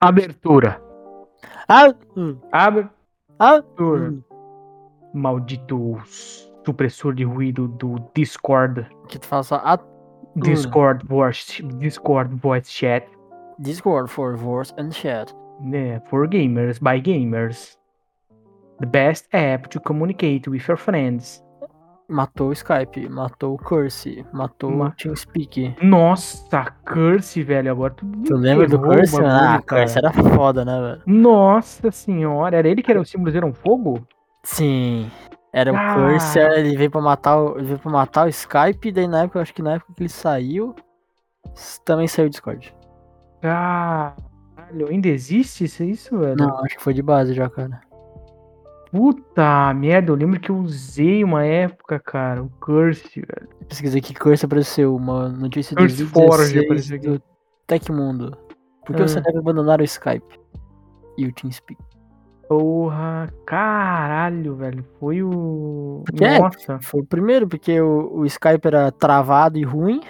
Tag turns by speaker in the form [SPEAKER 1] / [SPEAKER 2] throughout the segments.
[SPEAKER 1] Abertura.
[SPEAKER 2] Ah, hum,
[SPEAKER 1] Abertura.
[SPEAKER 2] ah, hum.
[SPEAKER 1] Maldito supressor de ruído do Discord.
[SPEAKER 2] que tu fala só ah,
[SPEAKER 1] Discord voice, Discord voice chat.
[SPEAKER 2] Discord for voice and chat.
[SPEAKER 1] né, for gamers, by gamers. The best app to communicate with your friends.
[SPEAKER 2] Matou o Skype, matou o Curse, matou o
[SPEAKER 1] Ma-
[SPEAKER 2] TeamSpeak.
[SPEAKER 1] Nossa, Curse, velho, agora tu.
[SPEAKER 2] Tu lembra do
[SPEAKER 1] ferrou o
[SPEAKER 2] Curse?
[SPEAKER 1] bagulho,
[SPEAKER 2] Ah,
[SPEAKER 1] cara.
[SPEAKER 2] Curse era foda, né, velho?
[SPEAKER 1] Nossa senhora, era ele que era o símbolo Zero Fogo?
[SPEAKER 2] Sim. Era o
[SPEAKER 1] Ah.
[SPEAKER 2] Curse, é, ele veio pra matar o. Ele veio pra matar o Skype, daí na época, eu acho que na época que ele saiu, s- também saiu o Discord.
[SPEAKER 1] Caralho, ainda existe isso, isso velho?
[SPEAKER 2] Não, acho que foi de base já, cara.
[SPEAKER 1] Puta merda, eu lembro que eu usei uma época, cara, o Curse, velho.
[SPEAKER 2] Eu Pesquisei que Curse apareceu, uma notícia de
[SPEAKER 1] Curse Forge
[SPEAKER 2] 2016
[SPEAKER 1] apareceu aqui.
[SPEAKER 2] do Tecmundo. Por que
[SPEAKER 1] Ah.
[SPEAKER 2] você deve abandonar o Skype? E o TeamSpeak.
[SPEAKER 1] Porra, caralho, velho. Foi o.
[SPEAKER 2] Porque é-
[SPEAKER 1] Nossa.
[SPEAKER 2] Foi o primeiro, porque o, o Skype era travado e ruim.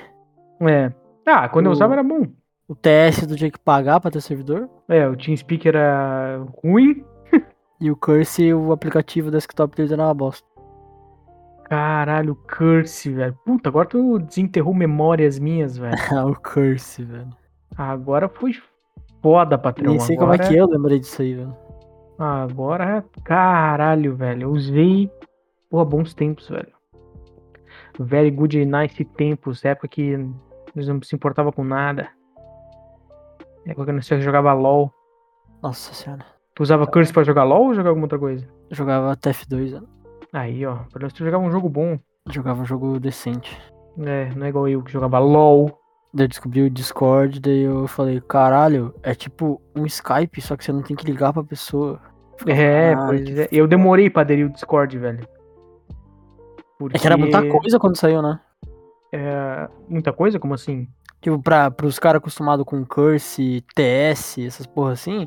[SPEAKER 1] É. Ah, quando eu
[SPEAKER 2] O-
[SPEAKER 1] usava era bom.
[SPEAKER 2] O TS tu tinha que pagar pra ter servidor.
[SPEAKER 1] É, o TeamSpeak era ruim.
[SPEAKER 2] E o Curse, o aplicativo desktop deles era uma bosta.
[SPEAKER 1] Caralho, Curse, velho. Puta, agora tu desenterrou memórias minhas, velho.
[SPEAKER 2] Ah, o Curse, velho.
[SPEAKER 1] Agora foi foda, patrão.
[SPEAKER 2] Nem sei
[SPEAKER 1] um agora,
[SPEAKER 2] como é que eu lembrei disso aí, velho.
[SPEAKER 1] Agora, caralho, velho. Eu usei. Porra, bons tempos, velho. Very good, nice tempos. Época que nós não se importava com nada. Época que nós só jogava LOL.
[SPEAKER 2] Nossa senhora.
[SPEAKER 1] Tu usava Curse pra jogar LOL ou jogar alguma outra coisa?
[SPEAKER 2] Eu jogava TF2, velho.
[SPEAKER 1] Aí, ó. Pelo menos tu jogava um jogo bom.
[SPEAKER 2] Eu né? Jogava um jogo decente.
[SPEAKER 1] É, não é igual eu que jogava LOL.
[SPEAKER 2] Daí eu descobri o Discord, daí eu falei, caralho, é tipo um Skype, só que você não tem que ligar pra pessoa.
[SPEAKER 1] É,
[SPEAKER 2] Caralho,
[SPEAKER 1] pois
[SPEAKER 2] que
[SPEAKER 1] é. Eu demorei pra aderir o Discord, velho. Porque...
[SPEAKER 2] É que era muita coisa quando saiu, né?
[SPEAKER 1] é, muita coisa? Como assim?
[SPEAKER 2] Tipo, pra, pros caras acostumados com Curse, TS, essas porra assim,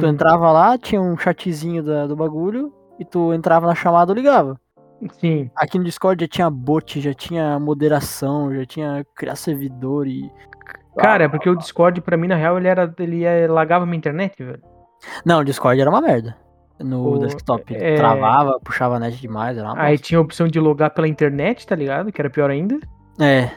[SPEAKER 2] tu
[SPEAKER 1] Hum,
[SPEAKER 2] entrava lá, tinha um chatzinho da- do bagulho, e tu entrava na chamada ou ligava.
[SPEAKER 1] Sim.
[SPEAKER 2] Aqui no Discord já tinha bot, já tinha moderação, já tinha criar servidor e. Ah,
[SPEAKER 1] Cara, é porque o Discord, pra mim, na real, ele era. Ele é, lagava minha internet, velho.
[SPEAKER 2] Não, o Discord era uma merda. No
[SPEAKER 1] O-
[SPEAKER 2] desktop.
[SPEAKER 1] é-
[SPEAKER 2] Travava, puxava a net demais, era uma
[SPEAKER 1] Aí
[SPEAKER 2] bosta.
[SPEAKER 1] tinha a opção de logar pela internet, tá ligado? Que era pior ainda.
[SPEAKER 2] É,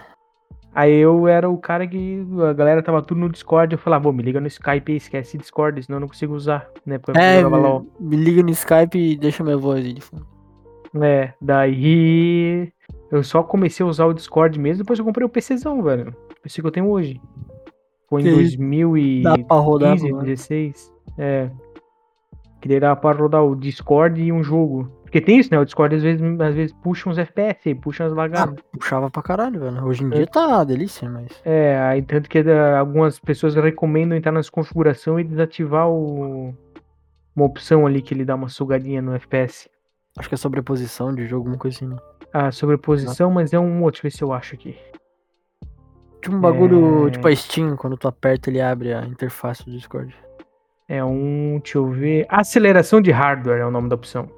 [SPEAKER 1] Aí eu era o cara que. A galera tava tudo no Discord. Eu falava, "Ô, me liga no Skype aí, esquece Discord, senão eu não consigo usar. Né? Porque
[SPEAKER 2] é
[SPEAKER 1] eu jogava LOL.
[SPEAKER 2] me, me liga no Skype e deixa minha voz aí de fundo.
[SPEAKER 1] É, daí eu só comecei a usar o Discord mesmo depois que eu comprei o PCzão, velho. O PC que eu tenho hoje. Foi em
[SPEAKER 2] Que isso? Dá
[SPEAKER 1] 2015,
[SPEAKER 2] pra rodar,
[SPEAKER 1] né?
[SPEAKER 2] mano.
[SPEAKER 1] 16. É. Queria dar pra rodar o Discord e um jogo. Porque tem isso, né? O Discord às vezes, às vezes puxa uns FPS aí, puxa umas lagadas.
[SPEAKER 2] Puxava pra caralho, velho. Hoje em
[SPEAKER 1] É.
[SPEAKER 2] dia tá uma delícia, mas.
[SPEAKER 1] É, aí tanto que ah, algumas pessoas recomendam entrar nas configurações e desativar o... uma opção ali que ele dá uma sugadinha no FPS.
[SPEAKER 2] Acho que é sobreposição de jogo, alguma coisa assim. né?
[SPEAKER 1] A sobreposição, mas é um outro, deixa eu ver se eu acho aqui.
[SPEAKER 2] Tipo um bagulho,
[SPEAKER 1] É.
[SPEAKER 2] tipo a Steam, quando tu aperta ele abre a interface do Discord.
[SPEAKER 1] É um, deixa eu ver. Aceleração de hardware é o nome da opção.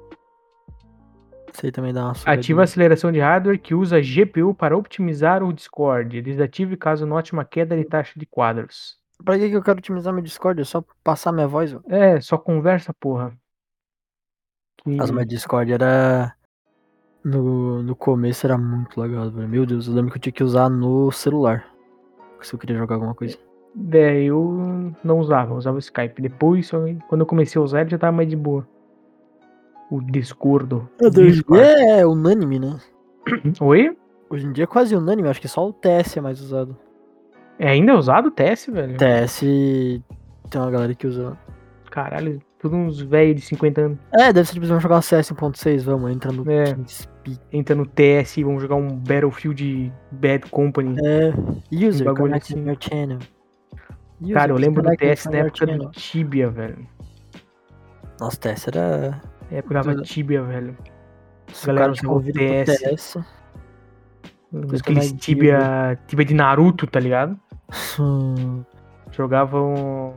[SPEAKER 2] Isso aí também dá uma sugadinha.
[SPEAKER 1] Ativa a aceleração de hardware que usa GPU para optimizar o Discord. Desative caso note uma queda de taxa de quadros.
[SPEAKER 2] Pra que que eu quero otimizar meu Discord? É só passar minha voz, velho.
[SPEAKER 1] É, só conversa, porra. Que-
[SPEAKER 2] Mas meu Discord era. No, no começo era muito legal, velho. Meu Deus, eu lembro que eu tinha que usar no celular. Se eu queria jogar alguma coisa.
[SPEAKER 1] É, eu não usava, eu usava o Skype. Depois, eu- quando eu comecei a usar, ele já tava mais de boa. O Discordo. Discord.
[SPEAKER 2] É, é unânime, né?
[SPEAKER 1] Oi?
[SPEAKER 2] Hoje em dia é quase unânime, acho que só o TS é mais usado.
[SPEAKER 1] É ainda usado o TS, velho?
[SPEAKER 2] TS tem uma galera que usa.
[SPEAKER 1] Caralho, tudo uns velhos de 50 anos.
[SPEAKER 2] É, deve ser tipo, vamos jogar um CS 1.6, vamos, entra no
[SPEAKER 1] É.
[SPEAKER 2] TeamSpeak.
[SPEAKER 1] Entra no TS e vamos jogar um Battlefield Bad Company.
[SPEAKER 2] É,
[SPEAKER 1] Um
[SPEAKER 2] user,
[SPEAKER 1] bagulho
[SPEAKER 2] connect
[SPEAKER 1] assim.
[SPEAKER 2] in your channel. User,
[SPEAKER 1] Cara, eu lembro do né,
[SPEAKER 2] connect in
[SPEAKER 1] TS na
[SPEAKER 2] your
[SPEAKER 1] época do
[SPEAKER 2] channel.
[SPEAKER 1] Tibia, velho.
[SPEAKER 2] Nossa, TS era.
[SPEAKER 1] Na época dava
[SPEAKER 2] Do-
[SPEAKER 1] Tibia, velho.
[SPEAKER 2] Se o
[SPEAKER 1] Galera
[SPEAKER 2] cara
[SPEAKER 1] usava
[SPEAKER 2] tinha ouvido pro
[SPEAKER 1] TS.
[SPEAKER 2] TS. Depois que eu
[SPEAKER 1] Aqueles
[SPEAKER 2] nasci,
[SPEAKER 1] Tibia, Tibia de Naruto, tá ligado?
[SPEAKER 2] Hum,
[SPEAKER 1] Jogavam.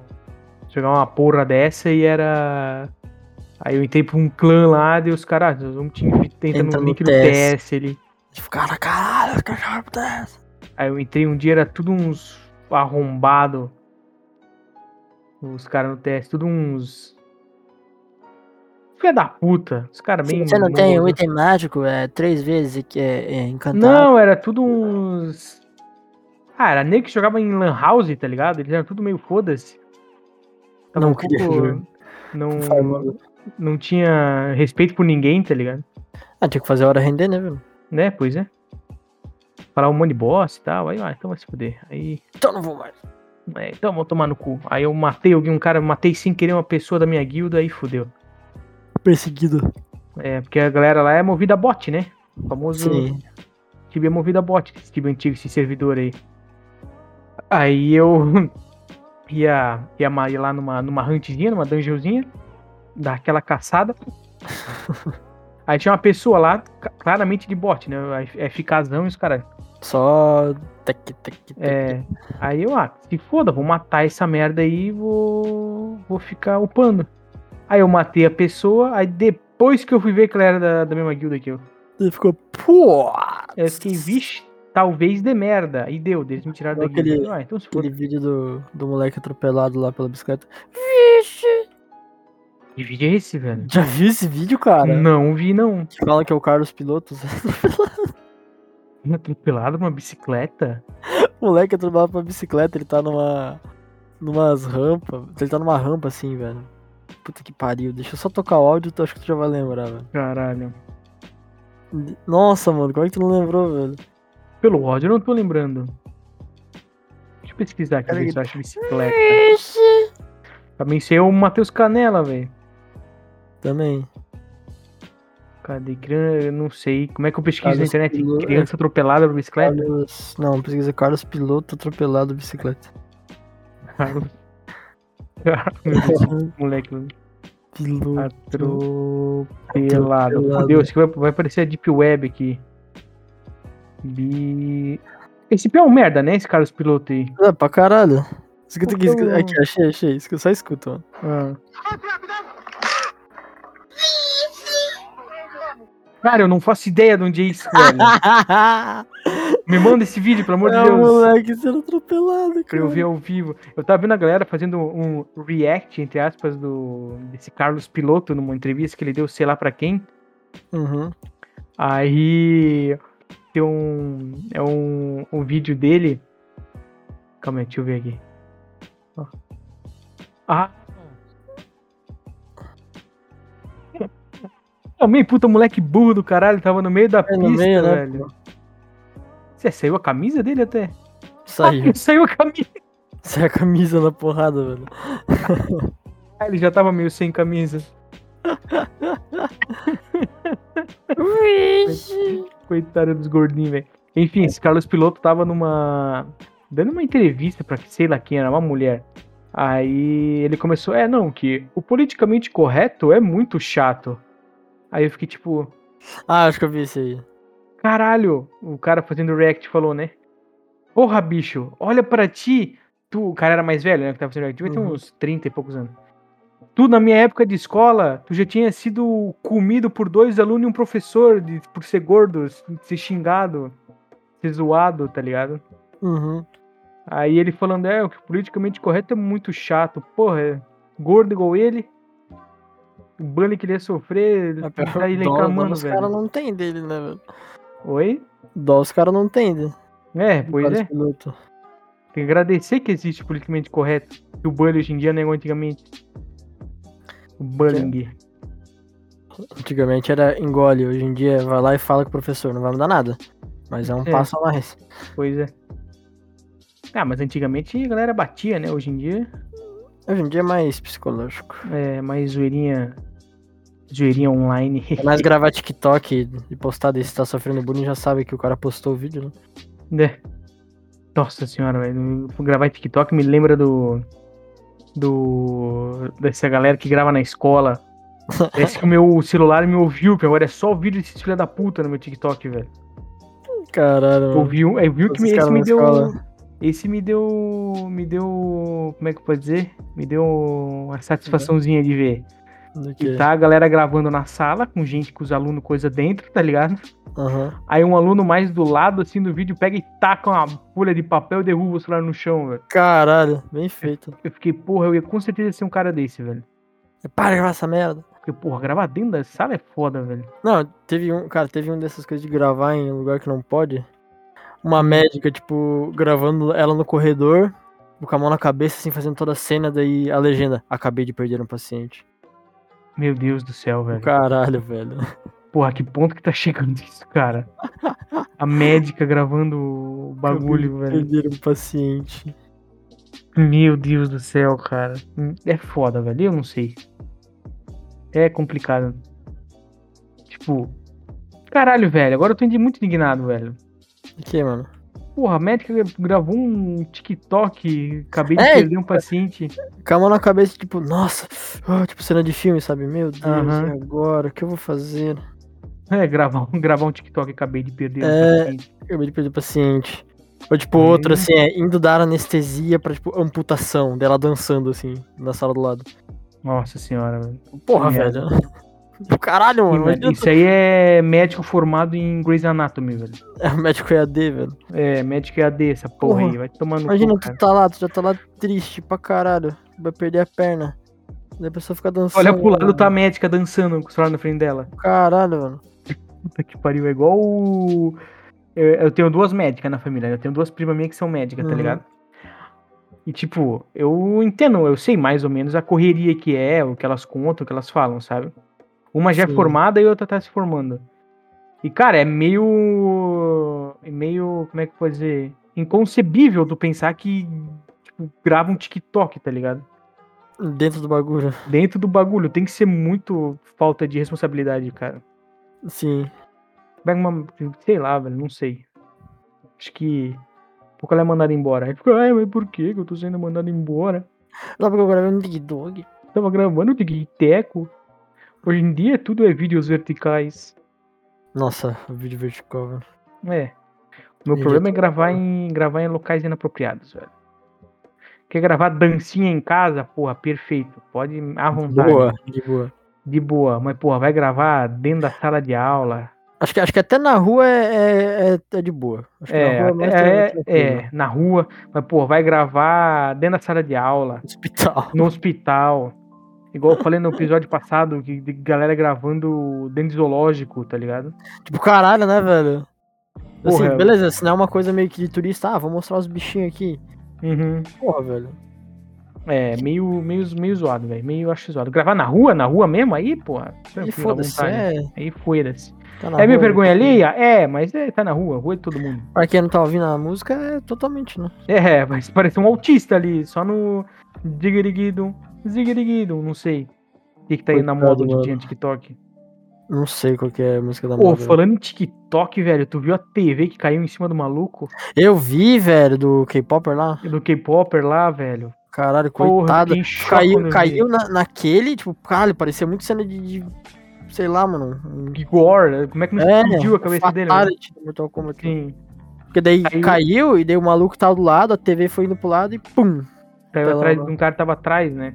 [SPEAKER 1] Jogava uma porra dessa e era. Aí eu entrei pra um clã lá e os caras, ah, nós vamos te entra
[SPEAKER 2] Entra
[SPEAKER 1] no
[SPEAKER 2] no
[SPEAKER 1] link do
[SPEAKER 2] TS.
[SPEAKER 1] TS ali.
[SPEAKER 2] Tipo, cara, caralho, os caras jogaram pro TS.
[SPEAKER 1] Aí eu entrei um dia, era tudo uns arrombado. Os caras no TS, tudo uns. Filha da puta. Os caras bem.
[SPEAKER 3] Você não tem o
[SPEAKER 1] mongol.
[SPEAKER 3] item mágico, é três vezes que é, é encantado.
[SPEAKER 1] Não, era tudo uns. Ah, era nego que jogava em Lan House, tá ligado? Eles eram tudo meio foda-se. Tava
[SPEAKER 2] Não
[SPEAKER 1] um
[SPEAKER 2] queria
[SPEAKER 1] pouco-
[SPEAKER 2] jogar.
[SPEAKER 1] Não,
[SPEAKER 2] Famoso.
[SPEAKER 1] não tinha respeito por ninguém, tá ligado?
[SPEAKER 2] Ah, tinha que fazer a hora render, né, velho?
[SPEAKER 1] Né, pois é. Falar um monte de boss e tal, aí, ah, então vai se fuder. Aí,
[SPEAKER 3] Então não vou mais.
[SPEAKER 1] é, então vou tomar no cu. Aí eu matei alguém, um cara, matei sem querer uma pessoa da minha guilda, aí fudeu.
[SPEAKER 2] Perseguido.
[SPEAKER 1] É, porque a galera lá é movida a bot, né? O famoso
[SPEAKER 2] Sim.
[SPEAKER 1] Tibia movida bot, esse Tibia antigo, esse servidor aí. Aí eu ia, ia ma- ir lá numa, numa huntzinha, numa dungeonzinha, dar aquela caçada. aí tinha uma pessoa lá, ca- claramente de bot, né? É eficazão e os caras.
[SPEAKER 2] Só. Tec, tec, tec.
[SPEAKER 1] É, aí eu, ah, se foda, vou matar essa merda aí e vou, vou ficar upando. Aí eu matei a pessoa, aí depois que eu fui ver que ela era da, da mesma guilda que eu.
[SPEAKER 2] Ele ficou. Pô!
[SPEAKER 1] Aí Eu fiquei, vixe, talvez dê merda. E deu, eles me tiraram
[SPEAKER 2] Ou
[SPEAKER 1] daqui.
[SPEAKER 2] aquele-
[SPEAKER 1] Ah, então se for.
[SPEAKER 2] Aquele vídeo do, do moleque atropelado lá pela bicicleta.
[SPEAKER 1] Que vídeo é esse, velho?
[SPEAKER 2] Já viu esse vídeo, cara?
[SPEAKER 1] Não vi, não.
[SPEAKER 2] Que fala que é o Carlos Pilotos.
[SPEAKER 1] Atropelado uma bicicleta?
[SPEAKER 2] O moleque atropelado pra bicicleta, ele tá numa. numas rampas. Ele tá numa rampa assim, velho. Puta que pariu. Deixa eu só tocar o áudio, tu acho que tu já vai lembrar, velho.
[SPEAKER 1] Caralho.
[SPEAKER 2] Nossa, mano, como é que tu não lembrou, velho?
[SPEAKER 1] Pelo ódio, eu não tô lembrando. Deixa eu pesquisar aqui,
[SPEAKER 2] Peraí.
[SPEAKER 1] ver se eu acho bicicleta. Também sei o Matheus Canela, velho.
[SPEAKER 2] Também.
[SPEAKER 1] Cadê criança? Eu não sei. Como é que eu pesquiso na
[SPEAKER 2] Carlos
[SPEAKER 1] internet?
[SPEAKER 2] Pilo-
[SPEAKER 1] Criança atropelada por bicicleta?
[SPEAKER 2] Carlos. Não, pesquisa Carlos Piloto atropelado bicicleta.
[SPEAKER 1] Carlos. Meu Deus, moleque.
[SPEAKER 2] Piloto.
[SPEAKER 1] Atropelado. Meu
[SPEAKER 2] Atropelado.
[SPEAKER 1] Deus, que vai, vai aparecer a Deep Web aqui. Bi... Esse pé é um merda, né? Esse Carlos Piloto aí.
[SPEAKER 2] Ah, pra caralho. Escuta aqui, escuta.
[SPEAKER 1] Eu-
[SPEAKER 2] Aqui, achei, achei. Escuta, só escuta, mano.
[SPEAKER 1] Ah. Cara, eu não faço ideia de onde é isso, velho. Me manda esse vídeo, pelo amor de
[SPEAKER 2] é o
[SPEAKER 1] Deus.
[SPEAKER 2] moleque sendo atropelado,
[SPEAKER 1] Pra
[SPEAKER 2] cara.
[SPEAKER 1] eu ver ao vivo. Eu tava vendo a galera fazendo um react, entre aspas, do desse Carlos Piloto numa entrevista que ele deu, sei lá pra quem.
[SPEAKER 2] Uhum.
[SPEAKER 1] Aí tem um. É um, um vídeo dele. Calma aí, deixa eu ver aqui. Ó. Ah! Também, puta, moleque burro do caralho, tava no meio da
[SPEAKER 2] É,
[SPEAKER 1] pista,
[SPEAKER 2] no meio, né,
[SPEAKER 1] velho. Você saiu a camisa dele até?
[SPEAKER 2] Saiu.
[SPEAKER 1] Saiu a camisa.
[SPEAKER 2] Saiu a camisa na porrada, velho.
[SPEAKER 1] Ah, Ele já tava meio sem camisa. Coitado dos gordinhos, velho. Enfim, esse Carlos Piloto tava numa. dando uma entrevista pra sei lá quem era, uma mulher. Aí ele começou, é, não, que o politicamente correto é muito chato. Aí eu fiquei tipo,
[SPEAKER 2] Ah, acho que eu vi esse aí.
[SPEAKER 1] caralho, o cara fazendo react falou, né? Porra, bicho, olha pra ti. Tu, o cara era mais velho, né? Que tava fazendo react, devia ter
[SPEAKER 2] Uhum.
[SPEAKER 1] uns 30 e poucos anos. Tu, na minha época de escola, tu já tinha sido comido por dois alunos e um professor de, por ser gordo, ser xingado, ser zoado, tá ligado?
[SPEAKER 2] Uhum.
[SPEAKER 1] Aí ele falando, é, o que politicamente correto é muito chato, porra, é gordo igual ele. O bullying que ele ia sofrer, ele tá aí
[SPEAKER 2] É, Dó- dó
[SPEAKER 1] reclamando,
[SPEAKER 2] os caras
[SPEAKER 1] velho.
[SPEAKER 2] não entendem dele, né, velho?
[SPEAKER 1] Oi?
[SPEAKER 2] Dó os caras não entendem.
[SPEAKER 1] É, pois
[SPEAKER 2] Vários
[SPEAKER 1] é.
[SPEAKER 2] pilotos.
[SPEAKER 1] Tem que agradecer que existe politicamente correto. Que o bullying hoje em dia não é igual antigamente. O bullying.
[SPEAKER 2] Antigamente era engole, hoje em dia vai lá e fala com o professor, não vai mudar nada. Mas é um
[SPEAKER 1] É.
[SPEAKER 2] passo a mais.
[SPEAKER 1] Pois é. Ah, mas antigamente a galera batia, né? Hoje em dia
[SPEAKER 2] Hoje em dia é mais psicológico.
[SPEAKER 1] é mais zoeirinha. Zoeirinha online.
[SPEAKER 2] É mais gravar TikTok e postar desse tá sofrendo bullying, já sabe que o cara postou o vídeo, né?
[SPEAKER 1] né? Nossa senhora, velho. Vou Gravar TikTok me lembra do. Do. Dessa galera que grava na escola. Parece que o meu celular me ouviu, que agora é só vídeo desses filha da puta no meu TikTok, velho.
[SPEAKER 2] Caralho, mano.
[SPEAKER 1] Ouviu, é, viu que
[SPEAKER 2] Esses
[SPEAKER 1] me, esse
[SPEAKER 2] caras
[SPEAKER 1] me
[SPEAKER 2] na
[SPEAKER 1] deu.
[SPEAKER 2] escola.
[SPEAKER 1] Esse me deu. Me deu. Como é que eu posso dizer? Me deu uma satisfaçãozinha de ver.
[SPEAKER 2] Do
[SPEAKER 1] E
[SPEAKER 2] que?
[SPEAKER 1] tá a galera gravando na sala, com gente, com os alunos, coisa dentro, tá ligado?
[SPEAKER 2] Aham.
[SPEAKER 1] Aí um aluno mais do lado, assim, do vídeo, pega e taca uma folha de papel e derruba o celular no chão, velho.
[SPEAKER 2] Caralho, bem feito.
[SPEAKER 1] Eu fiquei, porra, eu ia com certeza ser um cara desse, velho.
[SPEAKER 2] Para de gravar essa merda.
[SPEAKER 1] Porque, porra, gravar dentro da sala é foda, velho.
[SPEAKER 2] Não, teve um, cara, teve um dessas coisas de gravar em lugar que não pode.
[SPEAKER 1] Uhum.
[SPEAKER 2] Uma médica, tipo, gravando ela no corredor, com a mão na cabeça, assim, fazendo toda a cena, daí a legenda. Acabei de perder um paciente.
[SPEAKER 1] Meu Deus do céu, velho.
[SPEAKER 2] Caralho, velho.
[SPEAKER 1] Porra, que ponto que tá chegando isso, cara? A médica gravando o bagulho,
[SPEAKER 2] Acabei de
[SPEAKER 1] velho.
[SPEAKER 2] Perder um paciente.
[SPEAKER 1] Meu Deus do céu, cara. Hum, É foda, velho. Eu não sei. É complicado. Tipo. Caralho, velho. Agora eu tô muito indignado, velho.
[SPEAKER 2] O que, mano?
[SPEAKER 1] Porra, a médica gravou um TikTok. Acabei de
[SPEAKER 2] É,
[SPEAKER 1] perder um paciente.
[SPEAKER 2] Com a mão na cabeça, tipo, nossa, ah, tipo cena de filme, sabe? Meu Deus,
[SPEAKER 1] Aham.
[SPEAKER 2] e agora? O que eu vou fazer?
[SPEAKER 1] É, gravar um, gravar um TikTok. Acabei de perder um
[SPEAKER 2] É.
[SPEAKER 1] paciente.
[SPEAKER 2] Acabei de perder o paciente. Ou tipo, outra
[SPEAKER 1] Hum.
[SPEAKER 2] assim, é indo dar anestesia pra, tipo, amputação dela dançando, assim, na sala do lado.
[SPEAKER 1] Nossa senhora, velho.
[SPEAKER 2] Porra,
[SPEAKER 1] Que merda.
[SPEAKER 2] velho. Caralho,
[SPEAKER 1] Ih,
[SPEAKER 2] mano,
[SPEAKER 1] velho,
[SPEAKER 2] imagina
[SPEAKER 1] Isso aí é médico formado em Grey's Anatomy, velho.
[SPEAKER 2] tu- é médico EAD, velho.
[SPEAKER 1] É, médico EAD, essa porra,
[SPEAKER 2] Porra.
[SPEAKER 1] aí. Vai tomando.
[SPEAKER 2] Imagina,
[SPEAKER 1] cu,
[SPEAKER 2] tu
[SPEAKER 1] cara.
[SPEAKER 2] tá lá, tu já tá lá triste pra caralho, vai perder a perna. Daí a pessoa fica dançando.
[SPEAKER 1] Olha pro lado,
[SPEAKER 2] mano.
[SPEAKER 1] tá a médica dançando com o celular na frente dela.
[SPEAKER 2] Caralho, mano.
[SPEAKER 1] Puta que pariu, é igual o... é, Eu, eu tenho duas médicas na família, né? eu tenho duas primas minhas que são médicas, tá
[SPEAKER 2] Uhum.
[SPEAKER 1] ligado? E tipo, eu entendo, eu sei mais ou menos a correria que é, o que elas contam, o que elas falam, sabe? Uma já é
[SPEAKER 2] Sim.
[SPEAKER 1] formada e outra tá se formando. E cara, é meio... é meio, como é que eu vou dizer? Inconcebível tu pensar que tipo, grava um TikTok, tá ligado?
[SPEAKER 2] Dentro do bagulho.
[SPEAKER 1] Dentro do bagulho, tem que ser muito falta de responsabilidade, cara.
[SPEAKER 2] Sim.
[SPEAKER 1] Pega uma. Sei lá, velho, não sei. Acho que. Pouco ela é mandada embora. Aí fica, ai, mas por que que eu tô sendo mandado embora?
[SPEAKER 2] Lá porque eu gravei um TikTok.
[SPEAKER 1] Tava gravando de teco. Hoje em dia tudo é vídeos verticais.
[SPEAKER 2] Nossa, o vídeo vertical, velho.
[SPEAKER 1] É. O meu
[SPEAKER 2] Vídeo
[SPEAKER 1] problema é
[SPEAKER 2] vertical.
[SPEAKER 1] gravar em, gravar em locais inapropriados, velho. Quer gravar dancinha em casa? Porra, perfeito. Pode à vontade.
[SPEAKER 2] Boa, de boa.
[SPEAKER 1] De boa. Mas, porra, vai gravar dentro da sala de aula.
[SPEAKER 2] Acho que, acho que até na rua é, é, é- é de boa. Acho que
[SPEAKER 1] É,
[SPEAKER 2] na rua
[SPEAKER 1] é,
[SPEAKER 2] mais
[SPEAKER 1] é,
[SPEAKER 2] tranquilo. assim, né?
[SPEAKER 1] é, na rua. Mas, porra, vai gravar dentro da sala de aula.
[SPEAKER 2] Hospital.
[SPEAKER 1] no hospital. Igual eu falei no episódio passado, que de galera gravando dentro de zoológico, tá ligado?
[SPEAKER 2] Tipo, caralho, né, velho? Assim,
[SPEAKER 1] Porra.
[SPEAKER 2] beleza, se não é uma coisa meio que de turista, ah, vou mostrar os bichinhos aqui. Porra, velho.
[SPEAKER 1] É, meio, meio, meio zoado, velho. Meio acho zoado. Gravar na rua, na rua mesmo, aí, porra.
[SPEAKER 2] E
[SPEAKER 1] tranquilo, à
[SPEAKER 2] foda-se,
[SPEAKER 1] vontade.
[SPEAKER 2] é.
[SPEAKER 1] Aí foda-se.
[SPEAKER 2] Tá na
[SPEAKER 1] É minha
[SPEAKER 2] rua,
[SPEAKER 1] vergonha
[SPEAKER 2] né?
[SPEAKER 1] alheia? É, mas é, tá na rua, rua de todo mundo.
[SPEAKER 2] Pra quem não tá ouvindo a música, é totalmente, né?
[SPEAKER 1] É, mas parece um autista ali, só no. Digriguido, zigriguido, não sei. O que, que tá aí na
[SPEAKER 2] Coitado,
[SPEAKER 1] moda hoje em
[SPEAKER 2] mano. Tá
[SPEAKER 1] dia, TikTok?
[SPEAKER 2] Não sei qual que é a música da
[SPEAKER 1] Pô,
[SPEAKER 2] música.
[SPEAKER 1] falando em TikTok, velho, tu viu a TV que caiu em cima do maluco?
[SPEAKER 2] Eu vi, velho, do K-Popper lá.
[SPEAKER 1] Do K-Popper lá, velho?
[SPEAKER 2] Caralho,
[SPEAKER 1] Porra,
[SPEAKER 2] coitado.
[SPEAKER 1] fiquei em choque quando
[SPEAKER 2] Caiu,
[SPEAKER 1] eu
[SPEAKER 2] caiu na, naquele, tipo, caralho, parecia muito cena de, de- Sei lá, mano. um-
[SPEAKER 1] vi. Gore, como é que não explodiu a cabeça dele? né?
[SPEAKER 2] fatality do Mortal Kombat.
[SPEAKER 1] Sim,
[SPEAKER 2] Porque daí
[SPEAKER 1] Caiu.
[SPEAKER 2] caiu. e daí o maluco tava do lado, a TV foi indo pro lado e pum.
[SPEAKER 1] caiu
[SPEAKER 2] Tá lá,
[SPEAKER 1] atrás
[SPEAKER 2] lá.
[SPEAKER 1] de um cara que tava atrás, né?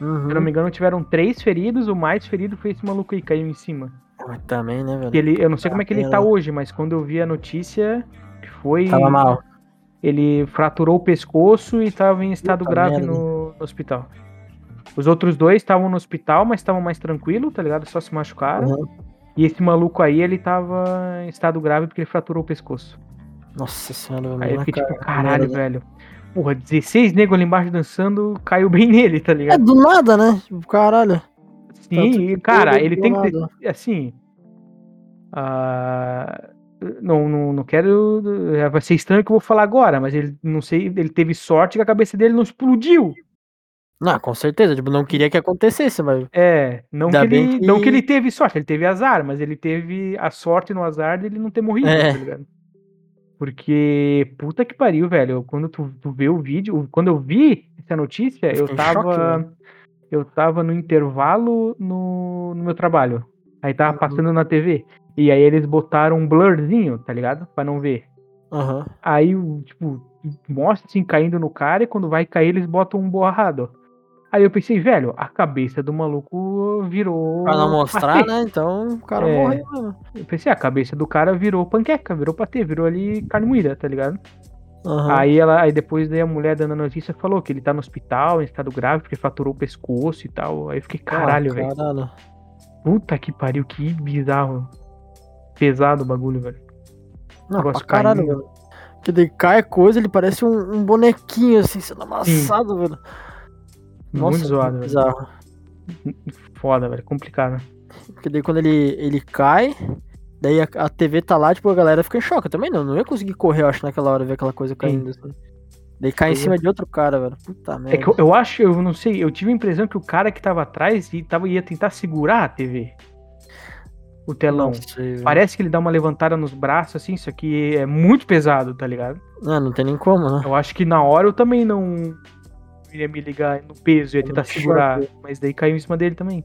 [SPEAKER 2] Uhum.
[SPEAKER 1] Se eu não
[SPEAKER 2] Hum.
[SPEAKER 1] me engano, tiveram três feridos, o mais ferido foi esse maluco aí, caiu em cima.
[SPEAKER 2] Mas também, né,
[SPEAKER 1] Que
[SPEAKER 2] velho?
[SPEAKER 1] Ele, eu não sei como é que ele tá
[SPEAKER 2] Pena.
[SPEAKER 1] hoje, mas quando eu vi a notícia, que foi.
[SPEAKER 2] Tava mal.
[SPEAKER 1] Ele fraturou o pescoço e tava em estado
[SPEAKER 2] Puta
[SPEAKER 1] grave
[SPEAKER 2] merda.
[SPEAKER 1] no, no hospital. Os outros dois estavam no hospital, mas estavam mais tranquilos, tá ligado? Só se machucaram.
[SPEAKER 2] Uhum.
[SPEAKER 1] E esse maluco aí, ele tava em estado grave porque ele fraturou o pescoço.
[SPEAKER 2] Nossa senhora, velho.
[SPEAKER 1] Aí eu
[SPEAKER 2] na
[SPEAKER 1] fiquei tipo,
[SPEAKER 2] cara- né?"
[SPEAKER 1] caralho,
[SPEAKER 2] merda.
[SPEAKER 1] velho. Porra, 16 nego ali embaixo dançando, caiu bem nele, tá
[SPEAKER 2] É tá
[SPEAKER 1] ligado?
[SPEAKER 2] do nada, né? Tipo, caralho.
[SPEAKER 1] Sim, e, cara,
[SPEAKER 2] Todo
[SPEAKER 1] ele
[SPEAKER 2] do
[SPEAKER 1] tem que.
[SPEAKER 2] nada.
[SPEAKER 1] ter- Assim. ah, não, não, não quero. é, Vai ser estranho o que eu vou falar agora, mas ele não sei. Ele teve sorte que a cabeça dele não explodiu.
[SPEAKER 2] Não, com certeza. Tipo, não queria que acontecesse, mas.
[SPEAKER 1] É, não que,
[SPEAKER 2] Ainda bem
[SPEAKER 1] ele, não que
[SPEAKER 2] que-
[SPEAKER 1] ele teve sorte, ele teve azar, mas ele teve a sorte no azar dele não ter morrido,
[SPEAKER 2] É.
[SPEAKER 1] tá ligado? Porque, puta que pariu, velho, quando tu, tu vê o vídeo, quando eu vi essa notícia,
[SPEAKER 2] Eu
[SPEAKER 1] eu
[SPEAKER 2] fiquei em choque, né?
[SPEAKER 1] tava, eu tava no intervalo no, no meu trabalho, aí tava
[SPEAKER 2] Uhum.
[SPEAKER 1] passando na TV, e aí eles botaram um blurzinho, tá ligado? Pra não ver.
[SPEAKER 2] Aham.
[SPEAKER 1] Aí, o- tipo, mostra assim caindo no cara e quando vai cair eles botam um borrado. Aí eu pensei, velho, a cabeça do maluco virou.
[SPEAKER 2] Pra não mostrar,
[SPEAKER 1] patê.
[SPEAKER 2] né? Então o cara
[SPEAKER 1] É.
[SPEAKER 2] morreu mesmo.
[SPEAKER 1] Eu pensei, a cabeça do cara virou panqueca, virou patê, virou ali carne moída, tá ligado?
[SPEAKER 2] Aham.
[SPEAKER 1] Aí ela, aí depois daí a mulher dando a notícia falou que ele tá no hospital em estado grave porque fraturou o pescoço e tal. Aí eu
[SPEAKER 2] Ah,
[SPEAKER 1] fiquei, caralho, velho.
[SPEAKER 2] Caralho.
[SPEAKER 1] Puta que pariu, que bizarro. Pesado o bagulho, velho.
[SPEAKER 2] Não, pra
[SPEAKER 1] Negócio
[SPEAKER 2] caralho,
[SPEAKER 1] caindo.
[SPEAKER 2] velho. Porque ele cai coisa, ele parece um, um bonequinho assim, sendo amassado, velho.
[SPEAKER 1] Muito
[SPEAKER 2] Nossa,
[SPEAKER 1] zoado, velho.
[SPEAKER 2] bizarro.
[SPEAKER 1] Foda, velho. Complicado.
[SPEAKER 2] Porque daí quando ele, ele cai, daí a, a TV tá lá, tipo, a galera fica em choque. Eu também não, não ia conseguir correr, eu acho, naquela hora, ver aquela coisa caindo. Assim. Daí cai em
[SPEAKER 1] Pois é.
[SPEAKER 2] cima de outro cara, velho. Puta merda.
[SPEAKER 1] É que eu, eu acho, eu não sei, eu tive a impressão que o cara que tava atrás e tava, ia tentar segurar a TV. O telão.
[SPEAKER 2] Não sei, velho.
[SPEAKER 1] Parece que ele dá uma levantada nos braços, assim, isso aqui é muito pesado, tá ligado?
[SPEAKER 2] Não, não tem nem como, né?
[SPEAKER 1] Eu acho que na hora eu também não iria me ligar no peso, ia tentar
[SPEAKER 2] Choque.
[SPEAKER 1] segurar. Mas daí caiu em cima dele também.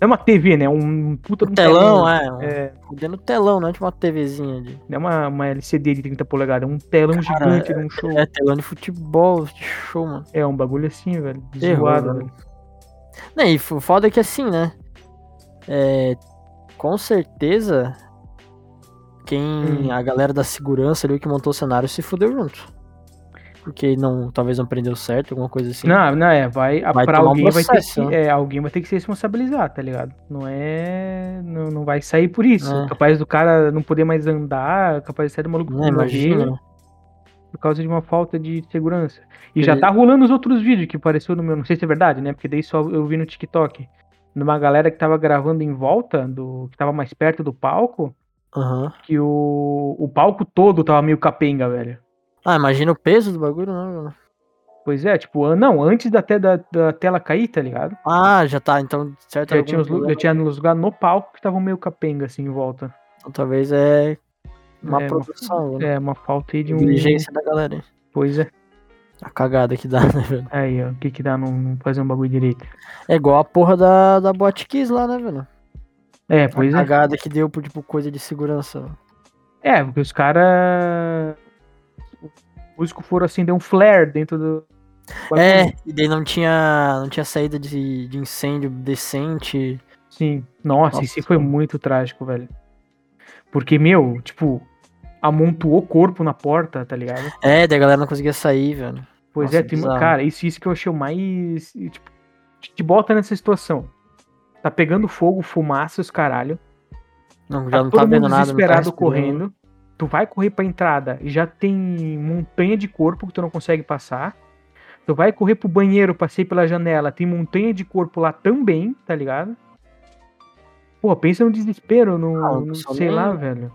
[SPEAKER 1] É uma TV, né? Um puta de
[SPEAKER 2] O
[SPEAKER 1] um
[SPEAKER 2] telão, é. um-
[SPEAKER 1] É,
[SPEAKER 2] Fudendo o telão, não é tipo uma TVzinha de.
[SPEAKER 1] não é uma, uma LCD de 30 polegadas, é um telão
[SPEAKER 2] Cara,
[SPEAKER 1] gigante num show.
[SPEAKER 2] É, telão de futebol, de show, mano.
[SPEAKER 1] É um bagulho assim, velho.
[SPEAKER 2] Terror,
[SPEAKER 1] Zoado,
[SPEAKER 2] né?
[SPEAKER 1] velho.
[SPEAKER 2] Não, e o foda é que assim, né? É, com certeza, quem.
[SPEAKER 1] Hum.
[SPEAKER 2] A galera da segurança ali que montou o cenário se fudeu junto. Porque não, talvez não prendeu certo, alguma coisa assim.
[SPEAKER 1] Não, não, é, vai, a-
[SPEAKER 2] Vai
[SPEAKER 1] pra
[SPEAKER 2] tomar um
[SPEAKER 1] alguém vai ter
[SPEAKER 2] processo,
[SPEAKER 1] que, é, alguém vai ter que se responsabilizar, tá ligado? Não é, não, não vai sair por isso.
[SPEAKER 2] É.
[SPEAKER 1] Capaz do cara não poder mais andar, capaz de sair do maluco morrer
[SPEAKER 2] Né, imagina.
[SPEAKER 1] por causa de uma falta de segurança. E
[SPEAKER 2] Ele-
[SPEAKER 1] já tá rolando os outros vídeos que apareceu no meu, não sei se é verdade, né? Porque daí só eu vi no TikTok, numa galera que tava gravando em volta do que tava mais perto do palco,
[SPEAKER 2] Aham.
[SPEAKER 1] que o, o palco todo tava meio capenga, velho.
[SPEAKER 2] Ah, imagina o peso do bagulho, né? mano?
[SPEAKER 1] Pois é, tipo, an- não, antes da, te- da, da tela cair, tá ligado?
[SPEAKER 2] Ah, já tá, então, de certo.
[SPEAKER 1] Eu
[SPEAKER 2] algum
[SPEAKER 1] tinha, uns, lu-
[SPEAKER 2] problema.
[SPEAKER 1] eu tinha uns lugares no palco que estavam meio capenga, assim, em volta.
[SPEAKER 2] Então, talvez é uma
[SPEAKER 1] É,
[SPEAKER 2] produção, né?
[SPEAKER 1] É, uma falta aí de um...
[SPEAKER 2] Diligência da galera. hein?
[SPEAKER 1] Pois é.
[SPEAKER 2] A cagada que dá, né, velho?
[SPEAKER 1] Aí, ó, o que que dá não, não fazer um bagulho direito?
[SPEAKER 2] É igual a porra da, da Bot Kiss lá, né, velho?
[SPEAKER 1] É,
[SPEAKER 2] A
[SPEAKER 1] pois é.
[SPEAKER 2] cagada que deu por, tipo, coisa de segurança.
[SPEAKER 1] É, porque os caras... O músico foram acender um flare dentro do...
[SPEAKER 2] É, e daí não tinha, não tinha saída de, de incêndio decente.
[SPEAKER 1] Sim. Nossa,
[SPEAKER 2] Nossa.
[SPEAKER 1] isso foi muito trágico, velho. Porque, meu, tipo... Amontoou corpo na porta, tá ligado?
[SPEAKER 2] É, daí a galera não conseguia sair, velho.
[SPEAKER 1] Pois
[SPEAKER 2] Nossa,
[SPEAKER 1] é, tem,
[SPEAKER 2] bizarro.
[SPEAKER 1] cara, isso, isso que eu achei o mais. e, Tipo, te, te bota nessa situação. Tá pegando fogo, fumaça, os caralho.
[SPEAKER 2] Não, já
[SPEAKER 1] Tá
[SPEAKER 2] não
[SPEAKER 1] todo
[SPEAKER 2] tá
[SPEAKER 1] mundo
[SPEAKER 2] vendo nada. não tá
[SPEAKER 1] desesperado
[SPEAKER 2] respirando.
[SPEAKER 1] correndo. Tu vai correr pra entrada e já tem montanha de corpo que tu não consegue passar. Tu vai correr pro banheiro, passei pela janela, tem montanha de corpo lá também, tá ligado? Pô, pensa no desespero, no,
[SPEAKER 2] Ah, o
[SPEAKER 1] no-
[SPEAKER 2] pessoal
[SPEAKER 1] sei
[SPEAKER 2] nem-
[SPEAKER 1] lá, velho.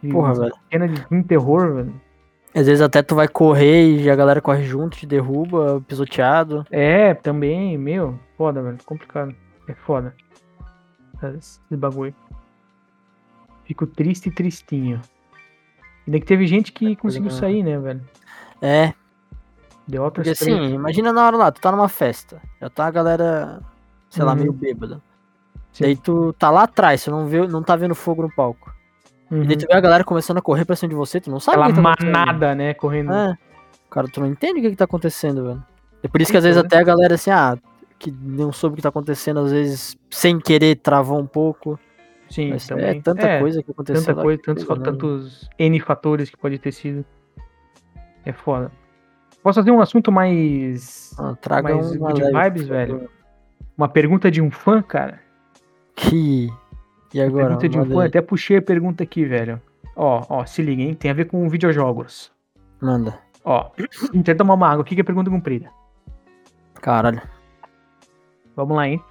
[SPEAKER 1] Que
[SPEAKER 2] Porra, velho.
[SPEAKER 1] Cena de filme terror, velho.
[SPEAKER 2] Às vezes até tu vai correr e a galera corre junto, te derruba, pisoteado.
[SPEAKER 1] É, também, meu, foda, velho, complicado. É foda. Esse bagulho. Fico triste e tristinho. Ainda que teve gente que conseguiu
[SPEAKER 2] né?
[SPEAKER 1] sair, né, velho?
[SPEAKER 2] É,
[SPEAKER 1] Deu outras
[SPEAKER 2] porque
[SPEAKER 1] tretas.
[SPEAKER 2] assim, imagina na hora lá, tu tá numa festa. Já tá a galera, sei lá,
[SPEAKER 1] Uhum.
[SPEAKER 2] meio bêbada.
[SPEAKER 1] Sim.
[SPEAKER 2] Daí tu tá lá atrás, tu não, vê, não tá vendo fogo no palco.
[SPEAKER 1] Uhum.
[SPEAKER 2] E daí tu vê a galera começando a correr pra cima de você, tu não sabe o
[SPEAKER 1] Aquela
[SPEAKER 2] que tá acontecendo.
[SPEAKER 1] manada, né, correndo.
[SPEAKER 2] É. Cara, tu não entende o que, que tá acontecendo, velho. É por isso que às vezes
[SPEAKER 1] Então,
[SPEAKER 2] até a galera assim, ah, que não soube o que tá acontecendo, às vezes sem querer travou um pouco.
[SPEAKER 1] Sim,
[SPEAKER 2] Mas
[SPEAKER 1] também.
[SPEAKER 2] é tanta coisa que aconteceu.
[SPEAKER 1] Tanta
[SPEAKER 2] lá
[SPEAKER 1] coisa,
[SPEAKER 2] que
[SPEAKER 1] tantos,
[SPEAKER 2] coisa, né?
[SPEAKER 1] tantos N fatores que pode ter sido. É foda. Posso fazer um assunto mais.
[SPEAKER 2] Ah, traga
[SPEAKER 1] Mas
[SPEAKER 2] uma
[SPEAKER 1] good
[SPEAKER 2] leve,
[SPEAKER 1] vibes,
[SPEAKER 2] por favor.
[SPEAKER 1] Uma pergunta de um fã, cara?
[SPEAKER 2] Que. E agora?
[SPEAKER 1] Pergunta de um
[SPEAKER 2] manda,
[SPEAKER 1] fã,
[SPEAKER 2] aí,
[SPEAKER 1] até puxei a pergunta aqui, velho. Ó, ó, se liga, hein? Tem a ver com videojogos.
[SPEAKER 2] manda.
[SPEAKER 1] Ó, tenta tomar uma água aqui que é pergunta comprida.
[SPEAKER 2] Caralho.
[SPEAKER 1] Vamos lá, hein?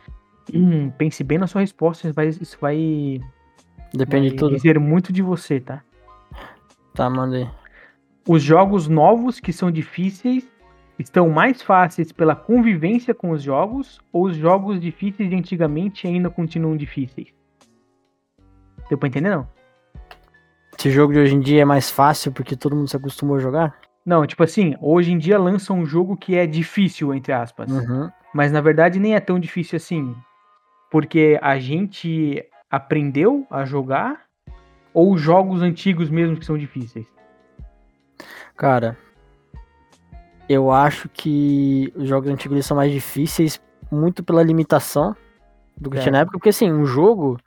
[SPEAKER 1] Hum, pense bem na sua resposta, isso vai, isso vai,
[SPEAKER 2] Depende
[SPEAKER 1] vai
[SPEAKER 2] de tudo.
[SPEAKER 1] dizer muito de você, tá?
[SPEAKER 2] Tá, manda aí.
[SPEAKER 1] Os jogos novos que são difíceis estão mais fáceis pela convivência com os jogos ou os jogos difíceis de antigamente ainda continuam difíceis? Deu pra entender, não?
[SPEAKER 2] Esse jogo de hoje em dia é mais fácil porque todo mundo se acostumou a jogar?
[SPEAKER 1] Não, tipo assim, hoje em dia lança um jogo que é difícil, entre aspas.
[SPEAKER 2] Uhum.
[SPEAKER 1] Mas na verdade nem é tão difícil assim. Porque a gente aprendeu a jogar ou os jogos antigos mesmo que são difíceis?
[SPEAKER 2] Cara, Eu acho que os jogos antigos eles são mais difíceis, muito pela limitação do que
[SPEAKER 1] É.
[SPEAKER 2] tinha na época, porque assim, um jogo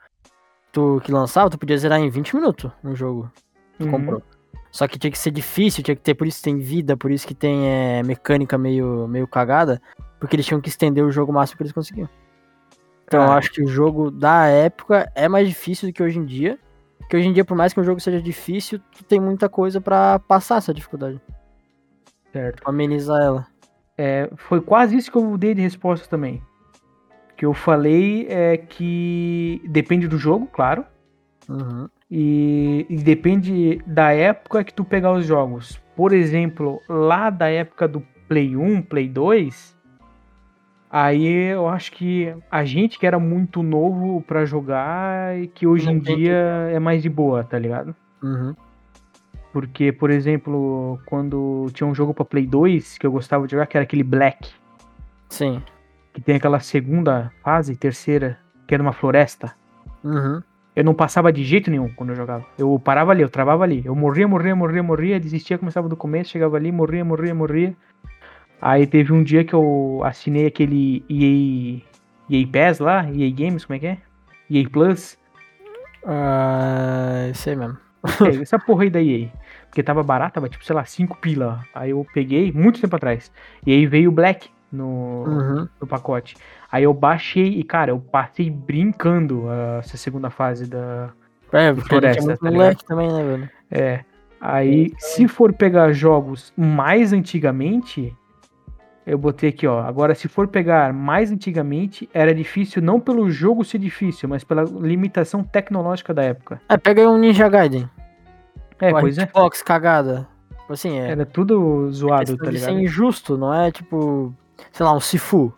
[SPEAKER 2] tu, que lançava, tu podia zerar em 20 minutos um jogo. Tu
[SPEAKER 1] Uhum.
[SPEAKER 2] comprou. Só que tinha que ser difícil, tinha que ter, por isso tem vida, por isso que tem é, mecânica meio, meio cagada, porque eles tinham que estender o jogo o máximo que eles conseguiam. Então eu
[SPEAKER 1] Cara.
[SPEAKER 2] acho que o jogo da época é mais difícil do que hoje em dia. Porque hoje em dia, por mais que o jogo seja difícil, tu tem muita coisa pra passar essa dificuldade,
[SPEAKER 1] Certo.
[SPEAKER 2] pra amenizar ela.
[SPEAKER 1] É, foi quase isso que eu dei de resposta também. Que eu falei é que depende do jogo, claro.
[SPEAKER 2] Uhum.
[SPEAKER 1] E, e depende da época que tu pegar os jogos. Por exemplo, lá da época do Play 1, Play 2, aí eu acho que a gente que era muito novo pra jogar e que hoje
[SPEAKER 2] Não
[SPEAKER 1] em
[SPEAKER 2] tem
[SPEAKER 1] dia é mais de boa, tá ligado?
[SPEAKER 2] Uhum.
[SPEAKER 1] Porque, por exemplo, quando tinha um jogo pra Play 2 que eu gostava de jogar, que era aquele Black,
[SPEAKER 2] Sim.
[SPEAKER 1] que tem aquela segunda fase, terceira, que era uma floresta.
[SPEAKER 2] Uhum.
[SPEAKER 1] Eu não passava de jeito nenhum quando eu jogava. Eu parava ali, eu travava ali. Eu morria, morria, morria, morria, desistia, começava do começo, chegava ali, morria, morria, morria. Aí teve um dia que eu assinei aquele EA, EA Pass lá, EA Games, como é que é? EA Plus.
[SPEAKER 2] Ah, isso aí mesmo.
[SPEAKER 1] É, essa porra aí da EA. Porque tava barato, tava tipo, sei lá, 5 pila. Aí eu peguei, muito tempo atrás. E aí veio o Black no,
[SPEAKER 2] Uhum.
[SPEAKER 1] no pacote. Aí eu baixei e, cara, eu passei brincando ah, essa segunda fase da,
[SPEAKER 2] É, porque a gente
[SPEAKER 1] Floresta,
[SPEAKER 2] é muito
[SPEAKER 1] tá ligado?
[SPEAKER 2] moleque também, né, velho?
[SPEAKER 1] É. Aí,
[SPEAKER 2] então.
[SPEAKER 1] se for pegar jogos mais antigamente, eu botei aqui, ó. Agora, se for pegar mais antigamente, era difícil não pelo jogo ser difícil, mas pela limitação tecnológica da época.
[SPEAKER 2] É, pega aí um Ninja Gaiden.
[SPEAKER 1] É,
[SPEAKER 2] uma
[SPEAKER 1] pois é.
[SPEAKER 2] Xbox cagada. Tipo assim, é.
[SPEAKER 1] Era tudo zoado,
[SPEAKER 2] questão
[SPEAKER 1] tá
[SPEAKER 2] de ser
[SPEAKER 1] ligado?
[SPEAKER 2] injusto, não é tipo, sei lá, um Sifu.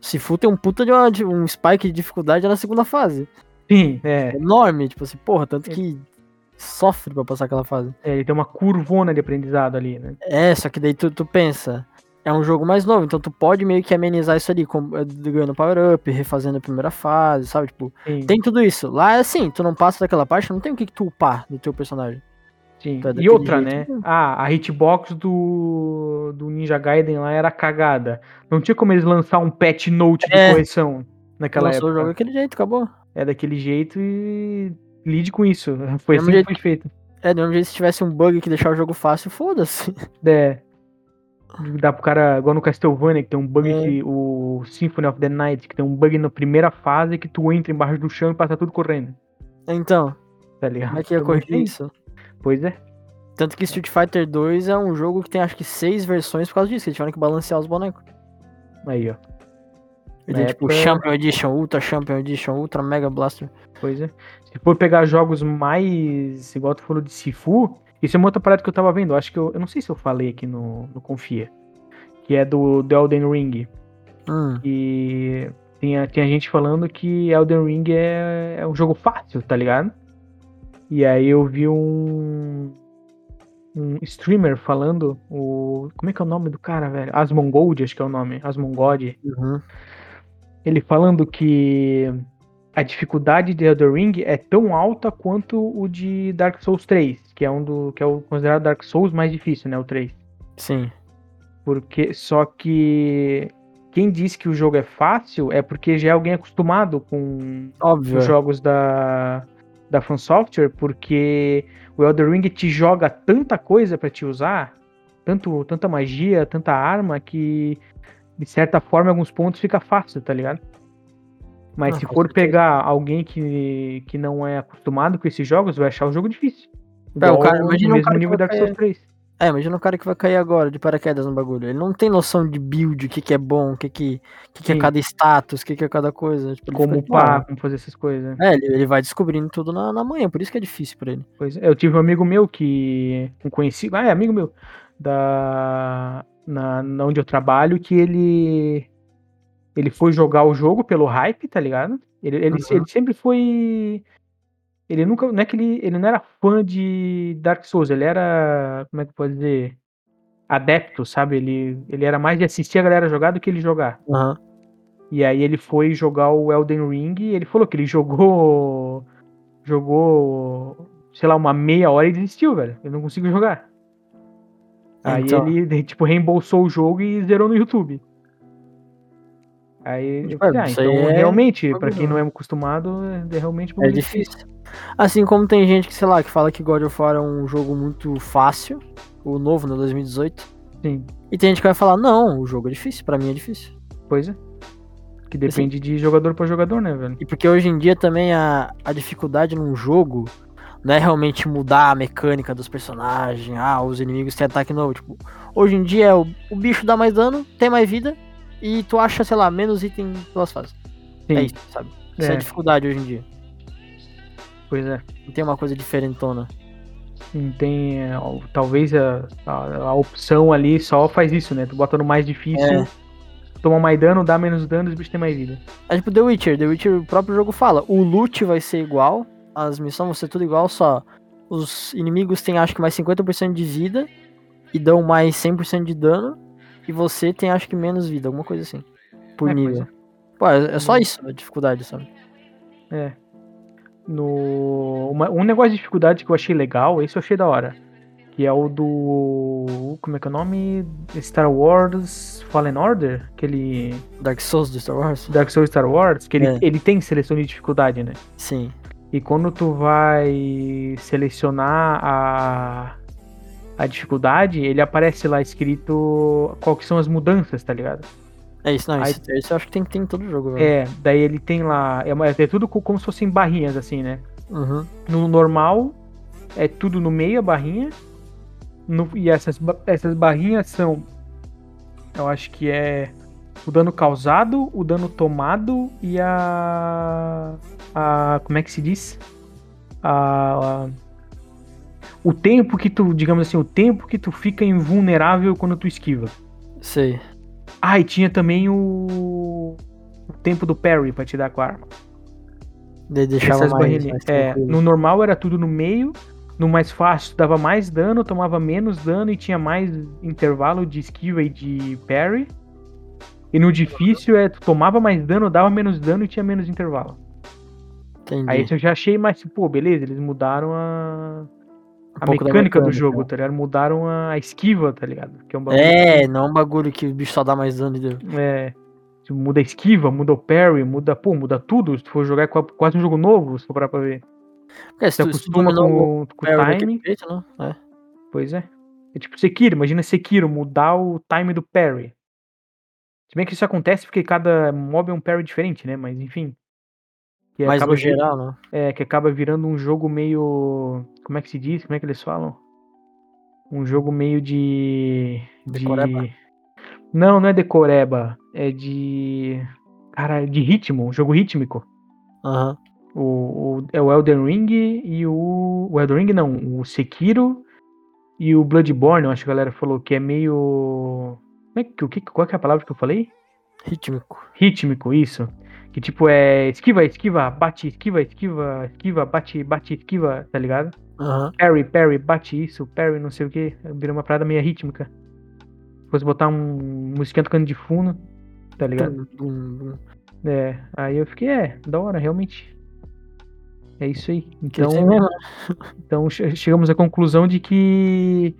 [SPEAKER 2] Sifu tem um puta de, uma- de um spike de dificuldade na segunda fase.
[SPEAKER 1] Sim, é.
[SPEAKER 2] É enorme, tipo assim, porra, tanto que sofre pra passar aquela fase.
[SPEAKER 1] é, Ele tem uma curvona de aprendizado ali, né?
[SPEAKER 2] É, só que daí tu, tu pensa, é um jogo mais novo, então tu pode meio que amenizar isso ali, com, eh, ganhando power-up, refazendo a primeira fase, sabe? Tipo,
[SPEAKER 1] Sim,
[SPEAKER 2] tem tudo isso. Lá é assim, tu não passa daquela parte, não tem o que, que tu upar do teu personagem.
[SPEAKER 1] sim.
[SPEAKER 2] tá, daquele
[SPEAKER 1] E outra, né?
[SPEAKER 2] jeito.
[SPEAKER 1] Ah, a hitbox do, do Ninja Gaiden lá era cagada. Não tinha como eles lançar um patch note de
[SPEAKER 2] É.
[SPEAKER 1] correção naquela
[SPEAKER 2] Lançou
[SPEAKER 1] época.
[SPEAKER 2] o jogo daquele jeito, acabou.
[SPEAKER 1] é daquele jeito e lide com isso. Foi assim
[SPEAKER 2] Mesmo
[SPEAKER 1] que
[SPEAKER 2] jeito.
[SPEAKER 1] foi feito.
[SPEAKER 2] É, do mesmo jeito, se tivesse um bug que deixar o jogo fácil, foda-se.
[SPEAKER 1] É, dá pro cara, igual no Castlevania, que tem um bug,
[SPEAKER 2] É.
[SPEAKER 1] que- o Symphony of the Night, que tem um bug na primeira fase que tu entra embaixo do chão e passa tudo correndo.
[SPEAKER 2] Então,
[SPEAKER 1] Tá ligado?
[SPEAKER 2] como é que ia
[SPEAKER 1] Todo mundo
[SPEAKER 2] corrigir
[SPEAKER 1] tem.
[SPEAKER 2] isso?
[SPEAKER 1] Pois é.
[SPEAKER 2] Tanto que Street Fighter 2 é um jogo que tem acho que seis versões por causa disso, que eles tiveram que balancear os bonecos.
[SPEAKER 1] Aí, ó.
[SPEAKER 2] Ele
[SPEAKER 1] Na
[SPEAKER 2] tem, tipo
[SPEAKER 1] época-
[SPEAKER 2] Champion Edition, Ultra Champion Edition, Ultra Mega Blaster.
[SPEAKER 1] Pois é. Se for pegar jogos mais. Igual tu falou de Sifu, isso é uma outra parada que eu tava vendo. Acho que eu. Eu não sei se eu falei aqui no, no Confia. Que é do, do Elden Ring.
[SPEAKER 2] Hum,
[SPEAKER 1] E tinha, tinha gente falando que Elden Ring é, é um jogo fácil, tá ligado? E aí eu vi um, um streamer falando, o como é que é o nome do cara, velho? Asmongold, acho que é o nome, Asmongod.
[SPEAKER 2] uhum.
[SPEAKER 1] Ele falando que a dificuldade de Elden Ring é tão alta quanto o de Dark Souls 3, que é um do que é o considerado Dark Souls mais difícil, né, o 3.
[SPEAKER 2] Sim.
[SPEAKER 1] Porque só que quem diz que o jogo é fácil é porque já é alguém acostumado com
[SPEAKER 2] Óbvio. é.
[SPEAKER 1] os jogos da da Fan Software, porque o Elder Ring te joga tanta coisa pra te usar, tanto tanta magia, tanta arma que de certa forma em alguns pontos fica fácil, tá ligado? Mas
[SPEAKER 2] Ah,
[SPEAKER 1] se
[SPEAKER 2] com
[SPEAKER 1] for
[SPEAKER 2] certeza.
[SPEAKER 1] pegar alguém que, que não é acostumado com esses jogos, vai achar o jogo difícil.
[SPEAKER 2] É, o cara-
[SPEAKER 1] Igual
[SPEAKER 2] imagina
[SPEAKER 1] no
[SPEAKER 2] um
[SPEAKER 1] mesmo
[SPEAKER 2] cara que
[SPEAKER 1] nível
[SPEAKER 2] vai
[SPEAKER 1] Dark Souls 3.
[SPEAKER 2] É, imagina o cara que vai cair agora de paraquedas no bagulho. Ele não tem noção de build, o que, que é bom, o que, que, o que, que é
[SPEAKER 1] Sim.
[SPEAKER 2] cada status, o que, que é cada coisa. Tipo, ele
[SPEAKER 1] Como
[SPEAKER 2] fica de boa.
[SPEAKER 1] upar, como fazer essas coisas. né?
[SPEAKER 2] É, ele, ele vai descobrindo tudo na, na manhã, por isso que é difícil pra ele.
[SPEAKER 1] Pois é, eu tive um amigo meu que. Um conhecido. Ah, é amigo meu. Da. Na, na onde eu trabalho, que ele. Ele foi jogar o jogo pelo hype, tá ligado? Ele, ele,
[SPEAKER 2] Uhum.
[SPEAKER 1] ele sempre foi. Ele nunca. Não é que ele, ele não era fã de Dark Souls, ele era. Como é que eu posso dizer? Adepto, sabe? Ele, ele era mais de assistir a galera jogar do que ele jogar.
[SPEAKER 2] Aham.
[SPEAKER 1] E aí ele foi jogar o Elden Ring e ele falou que ele jogou. Jogou. Sei lá, uma meia hora e desistiu, velho. Eu não consigo jogar. Aí
[SPEAKER 2] Então.
[SPEAKER 1] ele, tipo, reembolsou o jogo e zerou no YouTube. Aí, eu
[SPEAKER 2] Mano,
[SPEAKER 1] falei, ah,
[SPEAKER 2] isso
[SPEAKER 1] então
[SPEAKER 2] aí é
[SPEAKER 1] realmente, pra
[SPEAKER 2] bagulho.
[SPEAKER 1] quem não é acostumado, é realmente
[SPEAKER 2] É
[SPEAKER 1] bagulho
[SPEAKER 2] difícil. Assim como tem gente que, sei lá, que fala que God of War é um jogo muito fácil, o novo, né, 2018.
[SPEAKER 1] Sim,
[SPEAKER 2] E tem gente que vai falar, não, o jogo é difícil, pra mim é difícil.
[SPEAKER 1] coisa. Que
[SPEAKER 2] Assim
[SPEAKER 1] depende de jogador pra jogador, né, velho?
[SPEAKER 2] E porque hoje em dia também a, a dificuldade num jogo não é realmente mudar a mecânica dos personagens, ah, os inimigos têm ataque novo. Tipo, hoje em dia é o, o bicho dá mais dano, tem mais vida, e tu acha, sei lá, menos item pelas fases.
[SPEAKER 1] Sim,
[SPEAKER 2] É isso, sabe? Isso é.
[SPEAKER 1] É.
[SPEAKER 2] a dificuldade hoje em dia.
[SPEAKER 1] pois é.
[SPEAKER 2] Não tem uma coisa diferentona.
[SPEAKER 1] Não tem. é, ó, talvez a, a- a opção ali só faz isso, né? Tu bota no mais difícil, toma mais dano, dá menos dano e os bichos têm mais vida.
[SPEAKER 2] É tipo The Witcher. The Witcher, o próprio jogo fala, o loot vai ser igual, as missões vão ser tudo igual, só os inimigos têm acho que mais 50% de vida e dão mais 100% de dano, e você tem acho que menos vida, alguma coisa assim, por
[SPEAKER 1] É,
[SPEAKER 2] nível.
[SPEAKER 1] coisa. Hum.
[SPEAKER 2] Pô, é é só isso a dificuldade, sabe?
[SPEAKER 1] No, uma- um negócio de dificuldade que eu achei legal, esse eu achei da hora. Que é o do. Como é que é o nome? Star Wars Fallen Order? Aquele.
[SPEAKER 2] Dark Souls do Star Wars?
[SPEAKER 1] Dark Souls Star Wars, que ele,
[SPEAKER 2] É.
[SPEAKER 1] ele tem seleção de dificuldade, né?
[SPEAKER 2] Sim.
[SPEAKER 1] E quando tu vai selecionar a, a dificuldade, ele aparece lá escrito qual que são as mudanças, tá ligado?
[SPEAKER 2] É isso, não,
[SPEAKER 1] Aí-
[SPEAKER 2] isso, isso eu acho que tem que ter em todo jogo, velho.
[SPEAKER 1] É, daí ele tem lá. É, uma- é tudo co- como se fossem barrinhas, assim, né?
[SPEAKER 2] Uhum.
[SPEAKER 1] No normal, é tudo no meio a barrinha. No- e essas, ba- essas barrinhas são. Eu acho que é o dano causado, o dano tomado e a. a como é que se diz? A, a- o tempo que tu, digamos assim, o tempo que tu fica invulnerável quando tu esquiva.
[SPEAKER 2] Sei.
[SPEAKER 1] Ah, e tinha também o. O tempo do parry pra te dar com a arma.
[SPEAKER 2] De deixava
[SPEAKER 1] Essas
[SPEAKER 2] mais,
[SPEAKER 1] barrinhas.
[SPEAKER 2] mais
[SPEAKER 1] É,
[SPEAKER 2] tranquilo.
[SPEAKER 1] no normal era tudo no meio. No mais fácil dava mais dano, tomava menos dano e tinha mais intervalo de esquiva e de parry. E no difícil é tu tomava mais dano, dava menos dano e tinha menos intervalo.
[SPEAKER 2] Entendi.
[SPEAKER 1] Aí isso eu já achei mais, tipo, pô, beleza, eles mudaram a,
[SPEAKER 2] Um
[SPEAKER 1] a
[SPEAKER 2] pouco
[SPEAKER 1] mecânica,
[SPEAKER 2] da
[SPEAKER 1] do
[SPEAKER 2] mecânica.
[SPEAKER 1] jogo, tá ligado? Mudaram a esquiva, tá ligado? Que é um bagulho
[SPEAKER 2] É, não é um bagulho que o bicho só dá mais dano e deu.
[SPEAKER 1] É, tipo, muda a esquiva, muda o parry, muda, pô, muda tudo. Se tu for jogar é qua- quase um jogo novo, se for parar pra ver.
[SPEAKER 2] É, se
[SPEAKER 1] Você
[SPEAKER 2] tu, se tu
[SPEAKER 1] acostuma
[SPEAKER 2] dominou É,
[SPEAKER 1] com,
[SPEAKER 2] o
[SPEAKER 1] com o
[SPEAKER 2] Barry daquele
[SPEAKER 1] timing.
[SPEAKER 2] jeito, né? É.
[SPEAKER 1] Pois é. É tipo Sekiro, imagina Sekiro, mudar o time do parry. Se bem que isso acontece porque cada mob é um parry diferente, né? Mas enfim. Que
[SPEAKER 2] Mas no
[SPEAKER 1] acaba, vi-
[SPEAKER 2] geral, né?
[SPEAKER 1] é, que acaba virando um jogo meio. Como é que se diz? Como é que eles falam? Um jogo meio de. de...
[SPEAKER 2] Decoreba?
[SPEAKER 1] Não, não é decoreba. É de. Cara, de ritmo, um jogo rítmico.
[SPEAKER 2] Aham.
[SPEAKER 1] O, o, é o Elden Ring e o. O Elden Ring não, o Sekiro e o Bloodborne, eu acho que a galera falou que é meio. Como é que, o que, qual que é a palavra que eu falei?
[SPEAKER 2] Rítmico.
[SPEAKER 1] Rítmico, isso. Que tipo é esquiva, esquiva, bate, esquiva, esquiva, esquiva, bate, bate, esquiva, tá ligado?
[SPEAKER 2] Aham.
[SPEAKER 1] Parry, parry, bate isso, parry, não sei o que. Vira uma parada meio rítmica. Se fosse botar um musiquinha tocando de fundo, tá ligado?
[SPEAKER 2] Dum, dum, dum.
[SPEAKER 1] É, aí eu fiquei, é, da hora, realmente. É isso aí.
[SPEAKER 2] Que
[SPEAKER 1] Então,
[SPEAKER 2] isso aí mesmo, né?
[SPEAKER 1] então che- chegamos à conclusão de que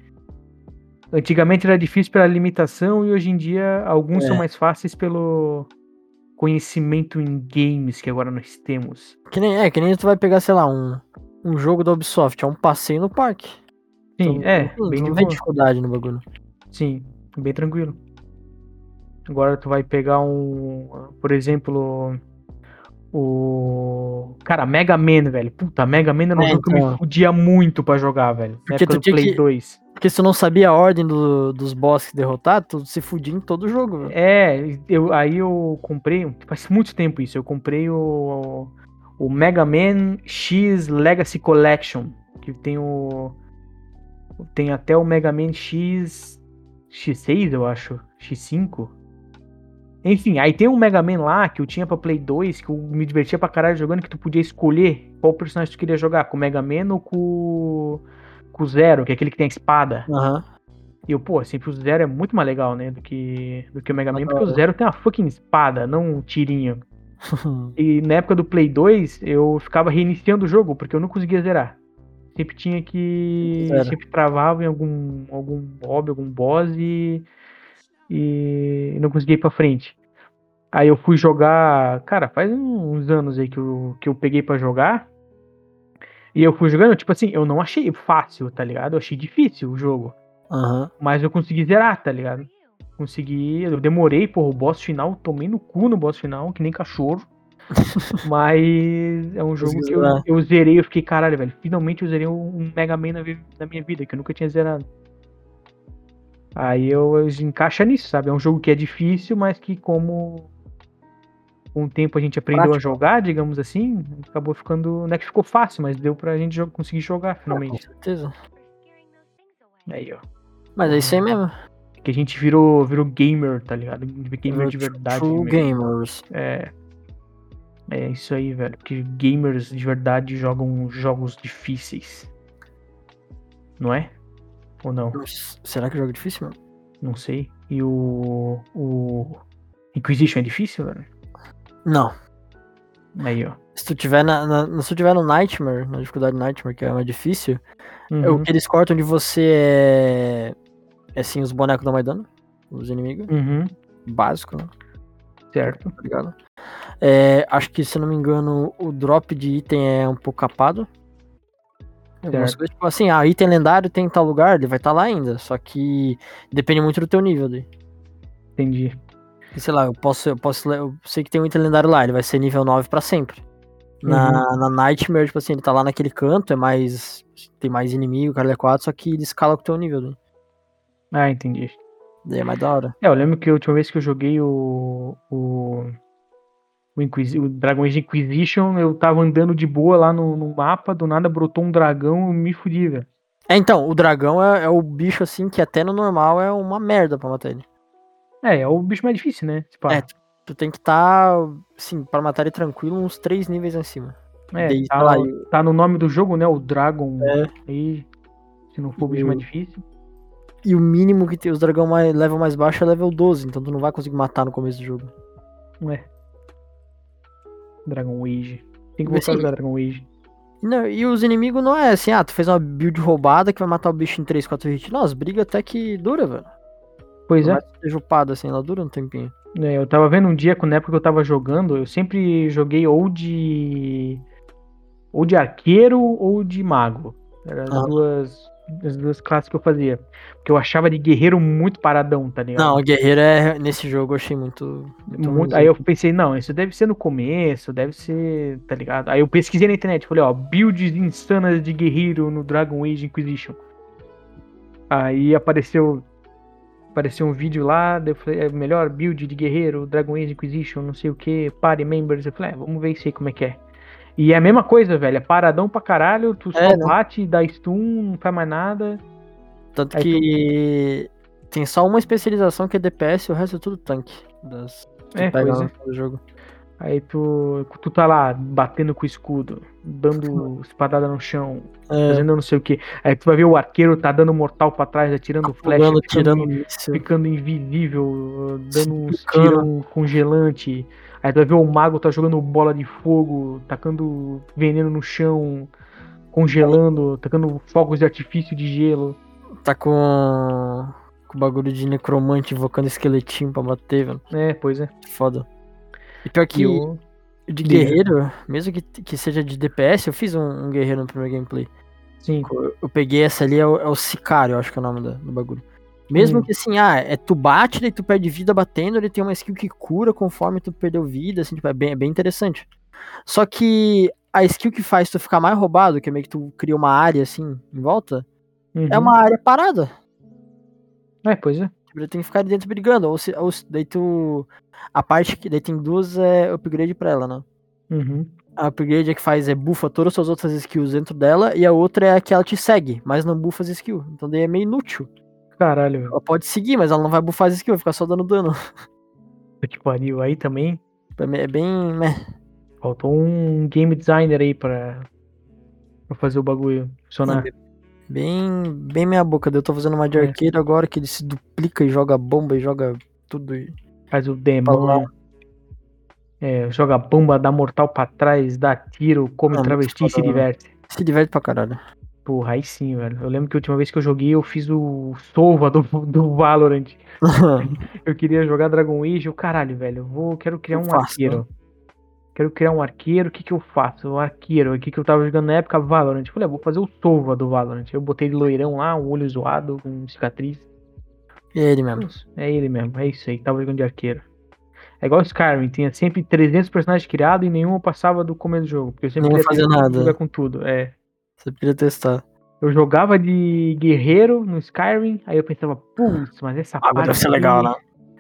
[SPEAKER 1] antigamente era difícil pela limitação e hoje em dia alguns são
[SPEAKER 2] É.
[SPEAKER 1] mais fáceis pelo conhecimento em games que agora nós temos.
[SPEAKER 2] Que nem, é, que nem tu vai pegar, sei lá, um, um jogo da Ubisoft, é um passeio no parque.
[SPEAKER 1] Sim,
[SPEAKER 2] Tu-
[SPEAKER 1] é,
[SPEAKER 2] tu-
[SPEAKER 1] bem
[SPEAKER 2] tu
[SPEAKER 1] de
[SPEAKER 2] não vê
[SPEAKER 1] boa.
[SPEAKER 2] dificuldade no bagulho.
[SPEAKER 1] Sim, bem tranquilo. Agora tu vai pegar um, por exemplo, o cara Mega Man, velho. Puta, Mega Man era um
[SPEAKER 2] É,
[SPEAKER 1] jogo que eu
[SPEAKER 2] então.
[SPEAKER 1] me fudia muito pra jogar, velho. Na
[SPEAKER 2] Porque
[SPEAKER 1] época
[SPEAKER 2] tu
[SPEAKER 1] do
[SPEAKER 2] tinha
[SPEAKER 1] Play
[SPEAKER 2] que-
[SPEAKER 1] 2.
[SPEAKER 2] Porque se tu não sabia a ordem do- dos bosses que derrotar, tu se fudia em todo jogo, velho.
[SPEAKER 1] É, eu, aí eu comprei, um, faz muito tempo isso, eu comprei o, o Mega Man X Legacy Collection, que tem o tem até o Mega Man X X6, eu acho, X5. Enfim, aí tem um Mega Man lá que eu tinha pra Play 2, que eu me divertia pra caralho jogando, que tu podia escolher qual personagem tu queria jogar, com o Mega Man ou com, com o Zero, que é aquele que tem a espada.
[SPEAKER 2] Aham.
[SPEAKER 1] E eu, pô, sempre o Zero é muito mais legal, né? Do que, do que o Mega Man,
[SPEAKER 2] Adoro.
[SPEAKER 1] porque o Zero tem uma fucking espada, não um tirinho. E na época do Play 2, eu ficava reiniciando o jogo, porque eu não conseguia zerar. Sempre tinha que.
[SPEAKER 2] Zero.
[SPEAKER 1] Sempre travava em algum, algum mob, algum boss e. E não conseguia ir pra frente. Aí eu fui jogar. Cara, faz um- uns anos aí que eu, que eu peguei pra jogar. E eu fui jogando, tipo assim, eu não achei fácil, tá ligado? Eu achei difícil o jogo.
[SPEAKER 2] Aham.
[SPEAKER 1] Mas eu consegui zerar, tá ligado? Consegui. Eu demorei, porra, o boss final, tomei no cu no boss final, que nem cachorro. Mas é um jogo
[SPEAKER 2] Consegui
[SPEAKER 1] que eu,
[SPEAKER 2] zerar.
[SPEAKER 1] eu zerei, eu fiquei, caralho, velho. Finalmente eu zerei um Mega Man na, vi- na minha vida, que eu nunca tinha zerado. Aí eu, eu encaixa nisso, sabe? É um jogo que é difícil, mas que como com o tempo a gente aprendeu a jogar, digamos assim, acabou ficando. Não é que ficou fácil, mas deu pra gente jo- conseguir jogar
[SPEAKER 2] Com
[SPEAKER 1] finalmente.
[SPEAKER 2] certeza.
[SPEAKER 1] Aí, ó.
[SPEAKER 2] Mas é isso aí mesmo.
[SPEAKER 1] Que a gente virou, virou gamer, tá ligado? Gamer de
[SPEAKER 2] True-
[SPEAKER 1] verdade. mesmo.
[SPEAKER 2] True Gamers.
[SPEAKER 1] É isso aí, velho. Porque gamers de verdade jogam jogos difíceis. Não é? Ou não?
[SPEAKER 2] Nossa, Será que é jogo difícil, mano?
[SPEAKER 1] Não sei. E o. O. Inquisition é difícil, velho?
[SPEAKER 2] Não.
[SPEAKER 1] Aí, ó.
[SPEAKER 2] Se tu tiver, na, na- se tu tiver no Nightmare, na dificuldade Nightmare, que é mais difícil, É o
[SPEAKER 1] Uhum.
[SPEAKER 2] que eles cortam de você é. É assim, os bonecos da Maidana. Os inimigos.
[SPEAKER 1] Uhum.
[SPEAKER 2] Básico, né?
[SPEAKER 1] Certo.
[SPEAKER 2] Tá ligado? É, acho que, se eu não me engano, o drop de item é um pouco capado. Algumas
[SPEAKER 1] Certo.
[SPEAKER 2] coisas, tipo assim, ah, item lendário tem em tal lugar, ele vai estar lá ainda. Só que depende muito do teu nível. daí.
[SPEAKER 1] Entendi.
[SPEAKER 2] E sei lá, eu posso, eu posso. le- Eu sei que tem um item lendário lá, ele vai ser nível 9 pra sempre. Na,
[SPEAKER 1] Uhum.
[SPEAKER 2] na Nightmare, tipo assim, ele tá lá naquele canto, é mais. Tem mais inimigo, o cara é 4, só que ele escala com o teu nível. daí.
[SPEAKER 1] Ah, entendi.
[SPEAKER 2] Daí é mais da hora.
[SPEAKER 1] É, eu lembro que a última vez que eu joguei o. o. O, Inquisi o Dragon Age Inquisition, eu tava andando de boa lá no, no mapa, do nada brotou um dragão e me fudi, velho.
[SPEAKER 2] É, então, o dragão é, é o bicho assim que até no normal é uma merda pra matar ele.
[SPEAKER 1] É, é o bicho mais difícil, né? Tipo,
[SPEAKER 2] É, tu, tu tem que estar, assim, pra matar ele tranquilo, uns três níveis acima.
[SPEAKER 1] é,
[SPEAKER 2] daí,
[SPEAKER 1] tá,
[SPEAKER 2] sei lá, e-
[SPEAKER 1] tá no nome do jogo, né? O Dragon.
[SPEAKER 2] É.
[SPEAKER 1] Aí, se não for o bicho
[SPEAKER 2] E-
[SPEAKER 1] mais difícil.
[SPEAKER 2] E o mínimo que tem os dragão mais, level mais baixo é level 12, então tu não vai conseguir matar no começo do jogo.
[SPEAKER 1] Dragon Age. Tem que
[SPEAKER 2] Mas
[SPEAKER 1] voltar a
[SPEAKER 2] sim.
[SPEAKER 1] jogar Dragon Age.
[SPEAKER 2] E não- e os inimigos não é assim, ah, tu fez uma build roubada que vai matar o bicho em 3, 4 hits. Não, as brigas até que dura, velho.
[SPEAKER 1] Pois
[SPEAKER 2] Por
[SPEAKER 1] é.
[SPEAKER 2] mais que seja upado, assim, ela dura um tempinho.
[SPEAKER 1] É, eu tava vendo um dia, quando- na época que eu tava jogando, eu sempre joguei ou de. ou de arqueiro ou de mago. Eram as,
[SPEAKER 2] Ah.
[SPEAKER 1] duas, as duas classes que eu fazia. Porque eu achava de guerreiro muito paradão, tá ligado?
[SPEAKER 2] Não, o guerreiro é, nesse jogo eu achei muito... muito
[SPEAKER 1] Muito- aí eu pensei, não, isso deve ser no começo, deve ser, tá ligado? Aí eu pesquisei na internet, falei, ó, builds insanas de guerreiro no Dragon Age Inquisition. Aí apareceu apareceu um vídeo lá, daí eu falei, é melhor build de guerreiro, Dragon Age Inquisition, não sei o que, party members, eu falei, é, vamos ver isso aí como é que é. E é a mesma coisa, velho, é paradão pra caralho, tu só
[SPEAKER 2] É, né?
[SPEAKER 1] bate, dá stun, não faz mais nada.
[SPEAKER 2] Tanto
[SPEAKER 1] Aí
[SPEAKER 2] que tem só uma especialização que é DPS e o resto é tudo tanque. Das... que
[SPEAKER 1] É,
[SPEAKER 2] pega
[SPEAKER 1] pois
[SPEAKER 2] no
[SPEAKER 1] é.
[SPEAKER 2] final do jogo.
[SPEAKER 1] Aí tu, tu tá lá batendo com o escudo, dando espadada no chão,
[SPEAKER 2] É,
[SPEAKER 1] fazendo não sei o que. Aí tu vai ver o arqueiro tá dando mortal pra trás, atirando flecha,
[SPEAKER 2] pulando,
[SPEAKER 1] ficando,
[SPEAKER 2] tirando míssil.
[SPEAKER 1] ficando invisível,
[SPEAKER 2] Se
[SPEAKER 1] dando uns
[SPEAKER 2] picando.
[SPEAKER 1] tirão congelante. Aí tu vai ver o mago tá jogando bola de fogo, tacando veneno no chão, congelando, tacando fogos de artifício de gelo.
[SPEAKER 2] Tá com. Com bagulho de necromante invocando esqueletinho pra bater, velho.
[SPEAKER 1] É, pois é.
[SPEAKER 2] Foda. E pior que
[SPEAKER 1] E o-
[SPEAKER 2] de
[SPEAKER 1] diga.
[SPEAKER 2] guerreiro, mesmo que, que seja de DPS, eu fiz um, um guerreiro no primeiro gameplay.
[SPEAKER 1] Sim,
[SPEAKER 2] Eu, eu peguei essa ali, é o, é o Sicário, eu acho que é o nome do, do bagulho. Mesmo
[SPEAKER 1] Hum.
[SPEAKER 2] que assim, ah, é tu bate, daí tu perde vida batendo, ele tem uma skill que cura conforme tu perdeu vida, assim, tipo, é bem, é bem interessante. Só que a skill que faz tu ficar mais roubado, que é meio que tu cria uma área assim em volta,
[SPEAKER 1] uhum.
[SPEAKER 2] é uma área parada.
[SPEAKER 1] É, pois é.
[SPEAKER 2] Tipo, Ele tem que ficar ali dentro brigando. Ou se, ou se- daí tu. A parte que. Daí tem duas é, upgrade pra ela, né?
[SPEAKER 1] Uhum.
[SPEAKER 2] A upgrade é que faz é bufa todas as suas outras skills dentro dela, e a outra é a que ela te segue, mas não bufa as skills. Então daí é meio inútil.
[SPEAKER 1] Caralho, velho.
[SPEAKER 2] Ela pode seguir, mas ela não vai bufar as skills, vai ficar só dando dano.
[SPEAKER 1] Puta que pariu. Aí também
[SPEAKER 2] Pra mim É bem. meh.
[SPEAKER 1] faltou um game designer aí pra, pra fazer o bagulho funcionar.
[SPEAKER 2] Bem. Bem meia boca. Eu tô fazendo uma de
[SPEAKER 1] É.
[SPEAKER 2] arqueiro agora que ele se duplica e joga bomba e joga tudo. e-
[SPEAKER 1] Faz o demônio. É, joga bomba, dá mortal pra trás, dá tiro, come
[SPEAKER 2] Ah, muito
[SPEAKER 1] travesti e se
[SPEAKER 2] foda, né?
[SPEAKER 1] diverte.
[SPEAKER 2] Se diverte pra caralho.
[SPEAKER 1] Porra, aí sim, velho. Eu lembro que a última vez que eu joguei, eu fiz o Sova do, do Valorant. Eu queria jogar Dragon Age, eu, caralho, velho, eu vou, quero criar
[SPEAKER 2] Eu
[SPEAKER 1] um
[SPEAKER 2] faço, né?"
[SPEAKER 1] arqueiro. Quero criar um arqueiro, o que que eu faço? O arqueiro, o que que eu tava jogando na época? Valorant. Eu falei, ah, vou fazer o Sova do Valorant. Eu botei ele loirão lá, um olho zoado, com cicatriz.
[SPEAKER 2] Ele mesmo.
[SPEAKER 1] É ele mesmo, é isso aí, tava jogando de arqueiro. É igual Skyrim, tinha sempre 300 personagens criados e nenhum passava do começo do jogo. Porque eu sempre
[SPEAKER 2] Não
[SPEAKER 1] queria
[SPEAKER 2] fazia
[SPEAKER 1] testar,
[SPEAKER 2] nada.
[SPEAKER 1] jogar com tudo, é.
[SPEAKER 2] Você queria testar.
[SPEAKER 1] Eu jogava de guerreiro no Skyrim, aí eu pensava, putz, mas essa
[SPEAKER 2] Ah, mas deve ser
[SPEAKER 1] aqui-
[SPEAKER 2] legal, né?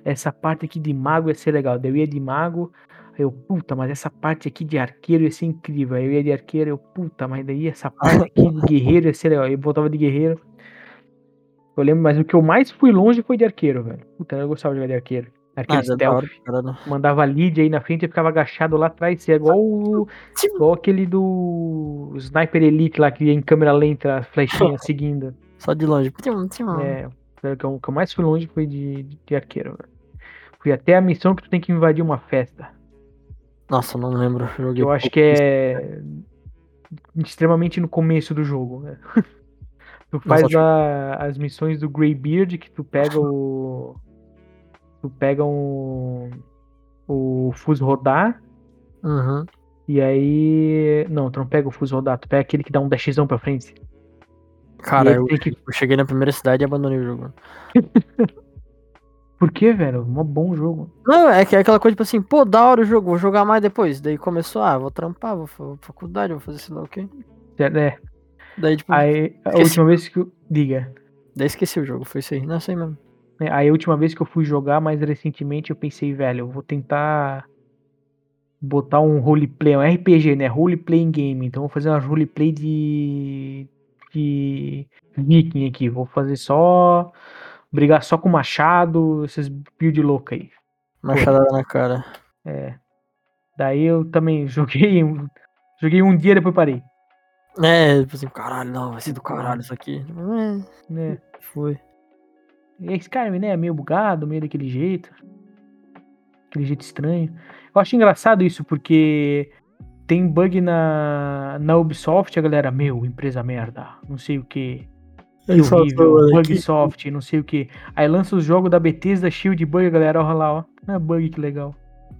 [SPEAKER 1] Essa parte aqui de mago ia ser legal. Daí eu ia de mago, aí eu, puta, mas essa parte aqui de arqueiro ia ser incrível. Aí eu ia de arqueiro, eu, puta, mas daí essa parte aqui de guerreiro ia ser legal. Aí eu voltava de guerreiro. Eu lembro, mas o que eu mais fui longe foi de arqueiro, velho. Puta, eu gostava de jogar de arqueiro. Arqueiro
[SPEAKER 2] Ah, já é da
[SPEAKER 1] stealth.
[SPEAKER 2] hora, caralho.
[SPEAKER 1] Mandava lead aí na frente e ficava agachado lá atrás. Você é igual, o-
[SPEAKER 2] Sim.
[SPEAKER 1] igual aquele do Sniper Elite lá, que ia em câmera lenta, a flechinha seguindo.
[SPEAKER 2] Só de longe. Ah.
[SPEAKER 1] É, o que eu- o que eu mais fui longe foi de, de, de arqueiro. velho. Fui até a missão que tu tem que invadir uma festa.
[SPEAKER 2] Nossa, não lembro. Joguei
[SPEAKER 1] Eu acho
[SPEAKER 2] pouco
[SPEAKER 1] que é
[SPEAKER 2] né?
[SPEAKER 1] extremamente no começo do jogo. né? Tu faz
[SPEAKER 2] acho-
[SPEAKER 1] a- as missões do Greybeard, que tu pega o. Tu pega um. O Fus rodar.
[SPEAKER 2] isso. Uhum.
[SPEAKER 1] E aí. Não, tu não pega o Fus rodar, tu pega aquele que dá um dashzão pra frente.
[SPEAKER 2] Cara,
[SPEAKER 1] E é- aí
[SPEAKER 2] eu,
[SPEAKER 1] tem que-
[SPEAKER 2] eu cheguei na primeira cidade e abandonei o jogo.
[SPEAKER 1] Por que, velho? Mó bom jogo.
[SPEAKER 2] Não, é que é aquela coisa tipo assim, pô, da hora o jogo, vou jogar mais depois. Daí começou, ah, vou trampar, vou fa- faculdade, vou fazer sei lá o quê.
[SPEAKER 1] É,
[SPEAKER 2] Daí, tipo,
[SPEAKER 1] aí, a
[SPEAKER 2] Esqueci.
[SPEAKER 1] última vez que. eu- Diga.
[SPEAKER 2] daí esqueci o jogo, foi isso aí. Não, isso aí mesmo.
[SPEAKER 1] né? Aí a última vez que eu fui jogar, mais recentemente, eu pensei, velho, eu vou tentar botar um roleplay, um RPG, né? Roleplay em game. Então eu vou fazer uma roleplay de. de. Viking aqui. Vou fazer só. brigar só com machado, esses build louca aí.
[SPEAKER 2] Machadada na cara.
[SPEAKER 1] Daí eu também joguei. um- Joguei um dia depois parei.
[SPEAKER 2] É, tipo assim, caralho, não, vai ser do caralho isso aqui. É,
[SPEAKER 1] Né?
[SPEAKER 2] foi.
[SPEAKER 1] E é Skyrim, né? Meio bugado, meio daquele jeito. Aquele jeito estranho. Eu acho engraçado isso, porque tem bug na, na Ubisoft, a galera, meu, empresa merda, não sei o que.
[SPEAKER 2] É
[SPEAKER 1] Que horrível, Bugsoft, não sei o que. Aí lança os jogos da Bethesda, cheio de bug, a galera, olha lá, ó. Não é bug, que legal.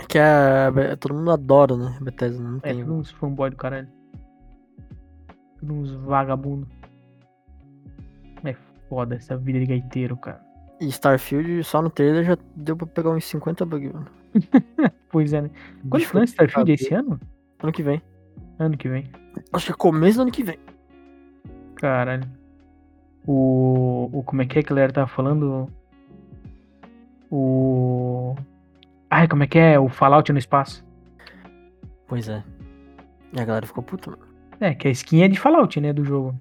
[SPEAKER 2] Que a, Be- todo mundo adora, né? Bethesda, não
[SPEAKER 1] É,
[SPEAKER 2] tem.
[SPEAKER 1] tudo uns fanboy do caralho. Tudo uns vagabundo. É foda essa vida de gaiteiro, cara.
[SPEAKER 2] E Starfield, só no trailer já deu pra pegar uns 50 bugs, mano.
[SPEAKER 1] Pois é, né? Quando
[SPEAKER 2] Bicho,
[SPEAKER 1] que lança Starfield? É Esse
[SPEAKER 2] saber.
[SPEAKER 1] ano?
[SPEAKER 2] Ano que vem.
[SPEAKER 1] Ano que vem.
[SPEAKER 2] Acho que é começo do ano que vem.
[SPEAKER 1] Caralho. O, o. Como é que é que a galera tava falando? O. Ai, como é que é? O Fallout no espaço.
[SPEAKER 2] Pois é. E a galera ficou puta, mano.
[SPEAKER 1] É, que a skin é de Fallout, né? Do jogo.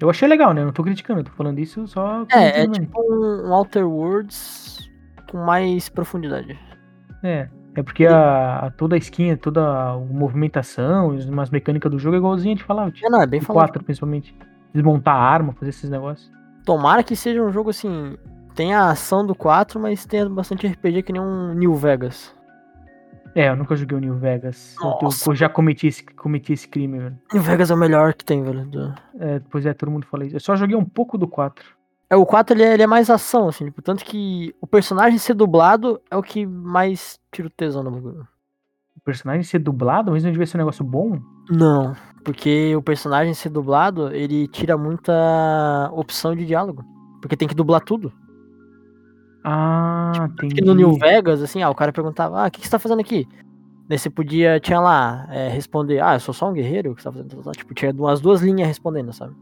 [SPEAKER 1] Eu achei legal, né? Não tô criticando, eu tô falando isso só.
[SPEAKER 2] É, é
[SPEAKER 1] comentando, né?
[SPEAKER 2] tipo um, um Outer Worlds com mais profundidade.
[SPEAKER 1] É, é porque a, a- toda a skin, toda a movimentação, e umas mecânicas do jogo é igualzinha de Fallout.
[SPEAKER 2] É, não, é bem
[SPEAKER 1] De
[SPEAKER 2] falado.
[SPEAKER 1] 4, principalmente. Desmontar a arma, fazer esses negócios.
[SPEAKER 2] Tomara que seja um jogo assim. Tem a ação do 4, mas tem bastante RPG que nem um New Vegas.
[SPEAKER 1] É, eu nunca joguei o New Vegas. Eu, tô-
[SPEAKER 2] Nossa.
[SPEAKER 1] eu já cometi esse, cometi esse crime, velho.
[SPEAKER 2] New Vegas é o melhor que tem, velho. do-
[SPEAKER 1] É, pois é, todo mundo fala isso. Eu só joguei um pouco do 4.
[SPEAKER 2] É, o 4 ele é, ele é mais ação, assim, tipo, tanto que o personagem ser dublado é o que mais tira o tesão no bagulho.
[SPEAKER 1] o personagem ser dublado, mas não devia ser um negócio bom.
[SPEAKER 2] Não. Porque o personagem ser dublado, ele tira muita opção de diálogo. Porque tem que dublar tudo.
[SPEAKER 1] Ah, tem.
[SPEAKER 2] Porque Tipo, no New Vegas, assim, ah, o cara perguntava, ah, o que, que você tá fazendo aqui? Daí você podia, tinha lá, é, responder, ah, eu sou só um guerreiro, o que você tá fazendo? Tipo, tinha umas duas linhas respondendo, sabe?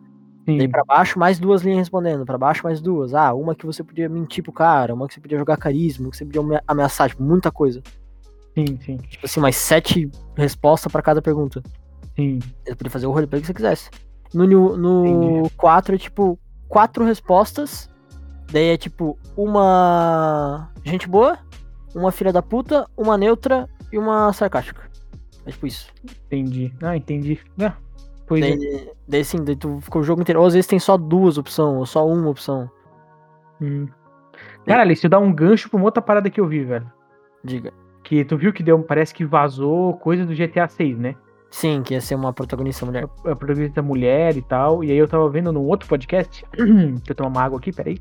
[SPEAKER 2] Daí pra baixo, mais duas linhas respondendo. Pra baixo, mais duas. Ah, uma que você podia mentir pro cara, uma que você podia jogar carisma, uma que você podia amea- ameaçar, tipo, muita coisa.
[SPEAKER 1] Sim, sim,
[SPEAKER 2] Tipo assim, mais sete respostas pra cada pergunta.
[SPEAKER 1] sim.
[SPEAKER 2] Você podia fazer o roleplay que você quisesse. No, new- no 4 é tipo, quatro respostas. Daí é tipo, uma gente boa, uma filha da puta, uma neutra e uma sarcástica. É tipo isso.
[SPEAKER 1] Entendi. Ah, entendi. Ah, pois é.
[SPEAKER 2] Daí, daí assim, daí tu fica o jogo inteiro. Ou às vezes tem só duas opções, ou só uma opção.
[SPEAKER 1] Hum. Caralho, isso dá um gancho pra uma outra parada que eu vi, velho.
[SPEAKER 2] Diga.
[SPEAKER 1] Que tu viu que deu, parece que vazou coisa do GTA 6, né?
[SPEAKER 2] Sim, que ia ser uma protagonista mulher.
[SPEAKER 1] a protagonista mulher e tal. E aí eu tava vendo num outro podcast. Deixa eu tomar uma água aqui, peraí.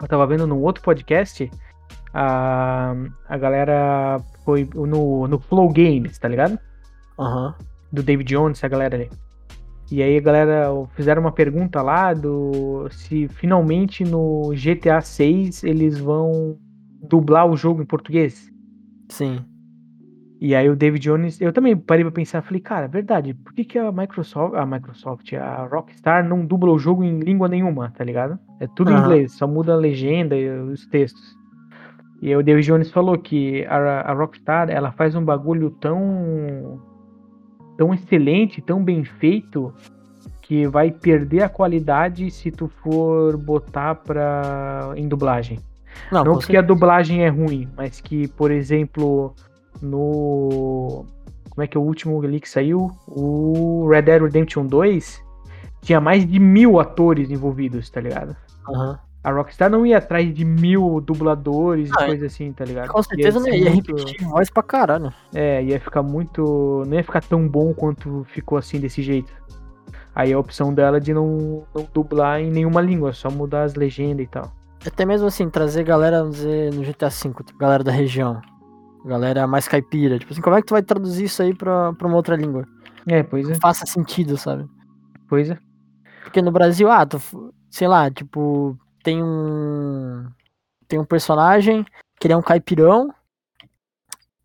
[SPEAKER 1] Eu tava vendo num outro podcast. A, a galera foi no, no Flow Games, tá ligado?
[SPEAKER 2] Aham.
[SPEAKER 1] Do David Jones, a galera ali. E aí a galera fizeram uma pergunta lá do se finalmente no GTA 6 eles vão dublar o jogo em português.
[SPEAKER 2] Sim.
[SPEAKER 1] E aí o David Jones, eu também parei pra pensar, falei, cara, verdade, por que, que a Microsoft, a Microsoft, a Rockstar não dubla o jogo em língua nenhuma, tá ligado? É tudo em
[SPEAKER 2] Aham.
[SPEAKER 1] inglês, só muda a legenda e os textos. E aí o David Jones falou que a, a Rockstar, ela faz um bagulho tão tão excelente, tão bem feito, que vai perder a qualidade se tu for botar pra, em dublagem.
[SPEAKER 2] Não,
[SPEAKER 1] Não
[SPEAKER 2] Ah, com
[SPEAKER 1] que a
[SPEAKER 2] certeza.
[SPEAKER 1] dublagem é ruim, mas que, por exemplo, no. Como é que é o último ali que saiu? O Red Dead Redemption 2 tinha mais de mil atores envolvidos, tá ligado?
[SPEAKER 2] Aham.
[SPEAKER 1] A Rockstar não ia atrás de mil dubladores e
[SPEAKER 2] Ah,
[SPEAKER 1] coisa assim, tá ligado?
[SPEAKER 2] Com certeza
[SPEAKER 1] ser
[SPEAKER 2] não ia
[SPEAKER 1] muito-
[SPEAKER 2] repetir voz pra caralho.
[SPEAKER 1] É, ia ficar muito. Não ia ficar tão bom quanto ficou assim desse jeito. Aí a opção dela é de não, não dublar em nenhuma língua, só mudar as legendas e tal.
[SPEAKER 2] Até mesmo assim, trazer galera, vamos dizer, no GTA V, tipo, galera da região. Galera mais caipira. Tipo assim, como é que tu vai traduzir isso aí pra, pra uma outra língua?
[SPEAKER 1] É, pois é,
[SPEAKER 2] Faça sentido, sabe?
[SPEAKER 1] pois é.
[SPEAKER 2] Porque no Brasil, ah, tu, f- sei lá, tipo, tem um. Tem um personagem que ele é um caipirão.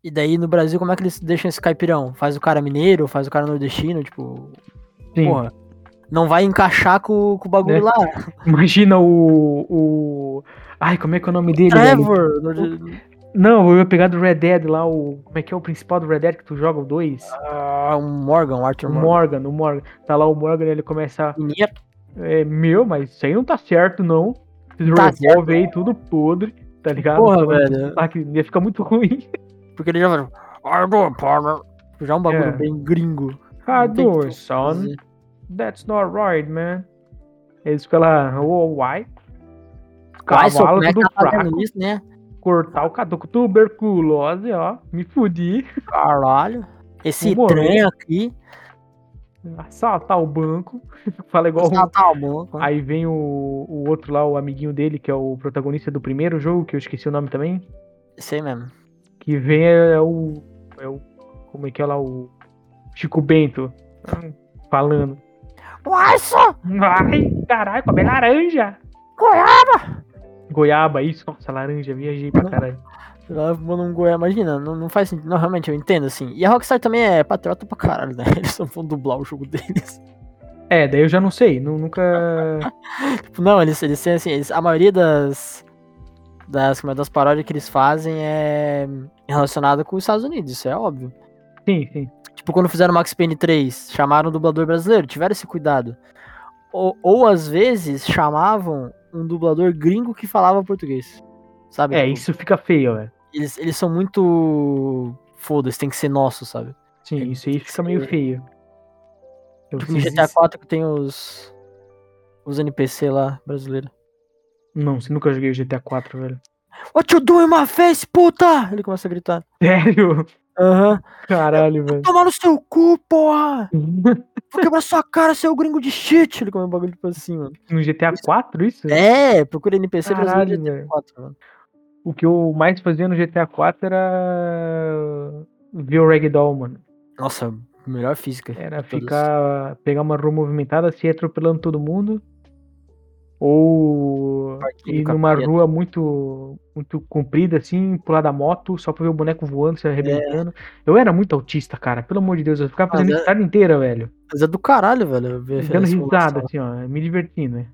[SPEAKER 2] E daí no Brasil, como é que eles deixam esse caipirão? Faz o cara mineiro, faz o cara nordestino, tipo,
[SPEAKER 1] Sim.
[SPEAKER 2] porra. Não vai encaixar com, com o bagulho
[SPEAKER 1] É.
[SPEAKER 2] lá.
[SPEAKER 1] Imagina o, o. Ai, como é que é o nome dele? velho?
[SPEAKER 2] Trevor. norde-
[SPEAKER 1] Não, eu ia pegar do Red Dead lá, o. Como é que é o principal do Red Dead que tu joga? O 2?
[SPEAKER 2] Ah, um Morgan, um
[SPEAKER 1] O
[SPEAKER 2] Arthur Morgan.
[SPEAKER 1] Morgan, o Morgan. Tá lá o Morgan, ele começa.
[SPEAKER 2] Mineiro.
[SPEAKER 1] É, meu, mas isso aí não tá certo, não. Esses
[SPEAKER 2] Tá
[SPEAKER 1] revolve aí, tudo podre, tá ligado?
[SPEAKER 2] Porra,
[SPEAKER 1] Falando de
[SPEAKER 2] velho.
[SPEAKER 1] sotaque, Ia ficar muito ruim.
[SPEAKER 2] Porque ele já vai. Arthur Palmer. Já é um bagulho
[SPEAKER 1] É.
[SPEAKER 2] bem gringo.
[SPEAKER 1] Cador,
[SPEAKER 2] que
[SPEAKER 1] Ah, son. That's not right, man. Eles ficam lá, oh, why?
[SPEAKER 2] Vai, só
[SPEAKER 1] Cavalo
[SPEAKER 2] como é que
[SPEAKER 1] tudo
[SPEAKER 2] tá
[SPEAKER 1] fraco,
[SPEAKER 2] fazendo isso, né?
[SPEAKER 1] cortar o caduco, tuberculose, ó, me fudi.
[SPEAKER 2] Caralho. Esse
[SPEAKER 1] Humorou.
[SPEAKER 2] trem aqui.
[SPEAKER 1] Ah, assaltar o banco. Fala igual.
[SPEAKER 2] Tá,
[SPEAKER 1] o-
[SPEAKER 2] tá bom.
[SPEAKER 1] Aí vem o, o outro lá, o amiguinho dele, que é o protagonista do primeiro jogo, que eu esqueci o nome também.
[SPEAKER 2] Sei mesmo.
[SPEAKER 1] Que vem é, o. É o. Como é que é lá? O. Chico Bento. hum, Falando.
[SPEAKER 2] Uai, só!
[SPEAKER 1] Ai, caralho, come laranja!
[SPEAKER 2] Goiás!
[SPEAKER 1] Goiaba, isso, nossa, laranja, viajei pra caralho.
[SPEAKER 2] Lá fumando um Goiás, imagina, não, não faz sentido. Não, realmente, eu entendo, assim. E a Rockstar também é patriota pra caralho, né? Eles não vão dublar o jogo deles.
[SPEAKER 1] É, daí eu já não sei, nu- nunca.
[SPEAKER 2] Tipo, não, eles, eles têm, assim, eles- a maioria das. Das, como é, das paródias que eles fazem é relacionada com os Estados Unidos, isso é óbvio.
[SPEAKER 1] Sim, sim.
[SPEAKER 2] Tipo, quando fizeram Max Payne 3, chamaram um dublador brasileiro, tiveram esse cuidado. Ou, ou às vezes chamavam um dublador gringo que falava português. Sabe?
[SPEAKER 1] É,
[SPEAKER 2] Tipo,
[SPEAKER 1] isso fica feio, é. velho.
[SPEAKER 2] eles, eles são muito. Foda-se, tem que ser nosso, sabe?
[SPEAKER 1] Sim, isso aí fica meio É feio. Eu
[SPEAKER 2] Tipo, no
[SPEAKER 1] fiz
[SPEAKER 2] GTA
[SPEAKER 1] isso-
[SPEAKER 2] 4 que tem os. Os NPC lá, brasileiro.
[SPEAKER 1] Não, você nunca joguei o GTA 4, velho.
[SPEAKER 2] What you doing my face, puta? Ele começa a gritar.
[SPEAKER 1] Sério?
[SPEAKER 2] Aham.
[SPEAKER 1] Caralho, velho.
[SPEAKER 2] Tomar no seu cu, porra! Vou quebrar sua cara, seu gringo de shit! Ele come um bagulho tipo assim, mano.
[SPEAKER 1] No GTA 4 isso?
[SPEAKER 2] É, procura NPC
[SPEAKER 1] Caralho,
[SPEAKER 2] brasileiro de
[SPEAKER 1] velho.
[SPEAKER 2] 4, mano.
[SPEAKER 1] O que eu mais fazia no GTA 4 era ver o Ragdoll, mano.
[SPEAKER 2] Nossa, melhor física.
[SPEAKER 1] Era
[SPEAKER 2] de todas.
[SPEAKER 1] ficar pegar uma rua movimentada, se atropelando todo mundo. Ou
[SPEAKER 2] Parque do
[SPEAKER 1] ir numa
[SPEAKER 2] capeta.
[SPEAKER 1] rua muito muito comprida assim, pular da moto só pra ver o boneco voando, se arrebentando. Eu era muito autista, cara. Pelo amor de Deus, eu ficava
[SPEAKER 2] Ah,
[SPEAKER 1] fazendo
[SPEAKER 2] né?
[SPEAKER 1] isso a tarde inteira, velho.
[SPEAKER 2] Mas é do caralho, velho. ver essa
[SPEAKER 1] Dando risada
[SPEAKER 2] simulação.
[SPEAKER 1] assim, ó, me divertindo, né?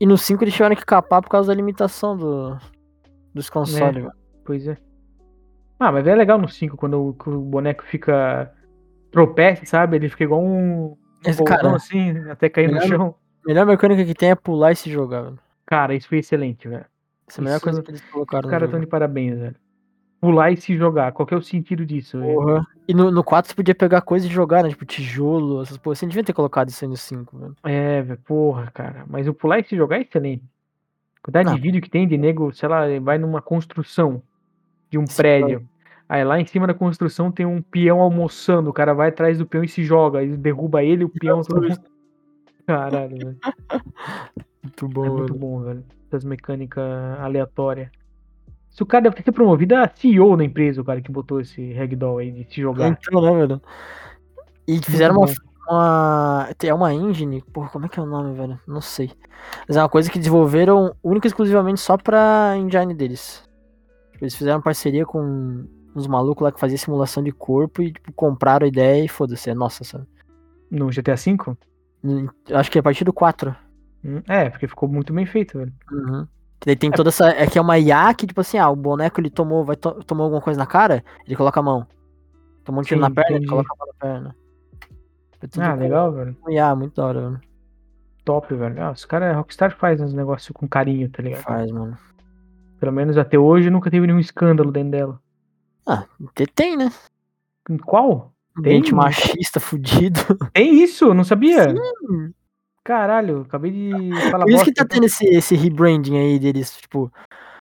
[SPEAKER 2] E no 5 eles tiveram que capar por causa da limitação do, dos consoles, velho.
[SPEAKER 1] Pois é. Ah, mas é legal no 5 quando o, que o boneco fica. tropeça, sabe? Ele fica igual um.
[SPEAKER 2] Esse
[SPEAKER 1] um
[SPEAKER 2] cara,
[SPEAKER 1] bolão, assim, até cair no
[SPEAKER 2] melhor-
[SPEAKER 1] chão.
[SPEAKER 2] a melhor mecânica que tem é pular e se jogar, velho.
[SPEAKER 1] Cara, isso foi excelente, velho.
[SPEAKER 2] Essa é a melhor
[SPEAKER 1] Isso-
[SPEAKER 2] coisa que eles colocaram
[SPEAKER 1] Os
[SPEAKER 2] no
[SPEAKER 1] caras
[SPEAKER 2] jogo.
[SPEAKER 1] estão de parabéns, velho. Pular e se jogar. Qual que é o sentido disso? velho?
[SPEAKER 2] Porra. E no, no 4 você podia pegar coisa e jogar, né? Tipo tijolo, essas porra. Você não devia ter colocado isso aí no 5, velho.
[SPEAKER 1] É, velho, porra, cara. Mas o pular e se jogar é excelente. Quantidade
[SPEAKER 2] Não.
[SPEAKER 1] de vídeo que tem de nego, sei lá, vai numa construção de um
[SPEAKER 2] Sim,
[SPEAKER 1] prédio. Aí lá em cima da construção tem um peão almoçando. O cara vai atrás do peão e se joga. Aí derruba ele, o peão. Todo... mundo- Caralho, velho.
[SPEAKER 2] Muito
[SPEAKER 1] É
[SPEAKER 2] bom,
[SPEAKER 1] muito
[SPEAKER 2] mano.
[SPEAKER 1] bom, velho. Essas mecânicas aleatórias. Se o cara deve ter sido promovido a CEO da empresa, o cara que botou esse ragdoll aí de se jogar.
[SPEAKER 2] Então, né, velho? E que fizeram uma,
[SPEAKER 1] bom.
[SPEAKER 2] uma. É uma engine? Porra, como é que é o nome, velho? Não sei. Mas é uma coisa que desenvolveram única e exclusivamente só pra engine deles. Tipo, Eles fizeram parceria com uns malucos lá que faziam simulação de corpo e, tipo, compraram a ideia e foda-se. É nossa, sabe?
[SPEAKER 1] No GTA V?
[SPEAKER 2] Eu Acho que é a partir do 4.
[SPEAKER 1] Hum, É, porque ficou muito bem feito, velho.
[SPEAKER 2] Uhum. Que daí tem toda essa. É que é uma IA que, tipo assim, ah, o boneco ele tomou, vai to- tomou alguma coisa na cara, ele coloca a mão. Tomou um tiro
[SPEAKER 1] Sim,
[SPEAKER 2] na perna, ele
[SPEAKER 1] entendi.
[SPEAKER 2] coloca a mão na perna. É tudo
[SPEAKER 1] Ah,
[SPEAKER 2] com-
[SPEAKER 1] legal, velho.
[SPEAKER 2] com IA, muito da hora, mano.
[SPEAKER 1] Top, velho. Ah, os caras, Rockstar faz uns negócios com carinho, tá ligado?
[SPEAKER 2] Faz, mano.
[SPEAKER 1] Pelo menos até hoje nunca teve nenhum escândalo dentro dela.
[SPEAKER 2] Tem, tem né?
[SPEAKER 1] Em Qual?
[SPEAKER 2] Ambiente
[SPEAKER 1] mano.
[SPEAKER 2] machista, fudido.
[SPEAKER 1] Tem isso? Eu Não sabia?
[SPEAKER 2] Sim.
[SPEAKER 1] Caralho, acabei de falar
[SPEAKER 2] Por isso que
[SPEAKER 1] bosta, né?
[SPEAKER 2] tá tendo esse, esse rebranding aí deles, tipo,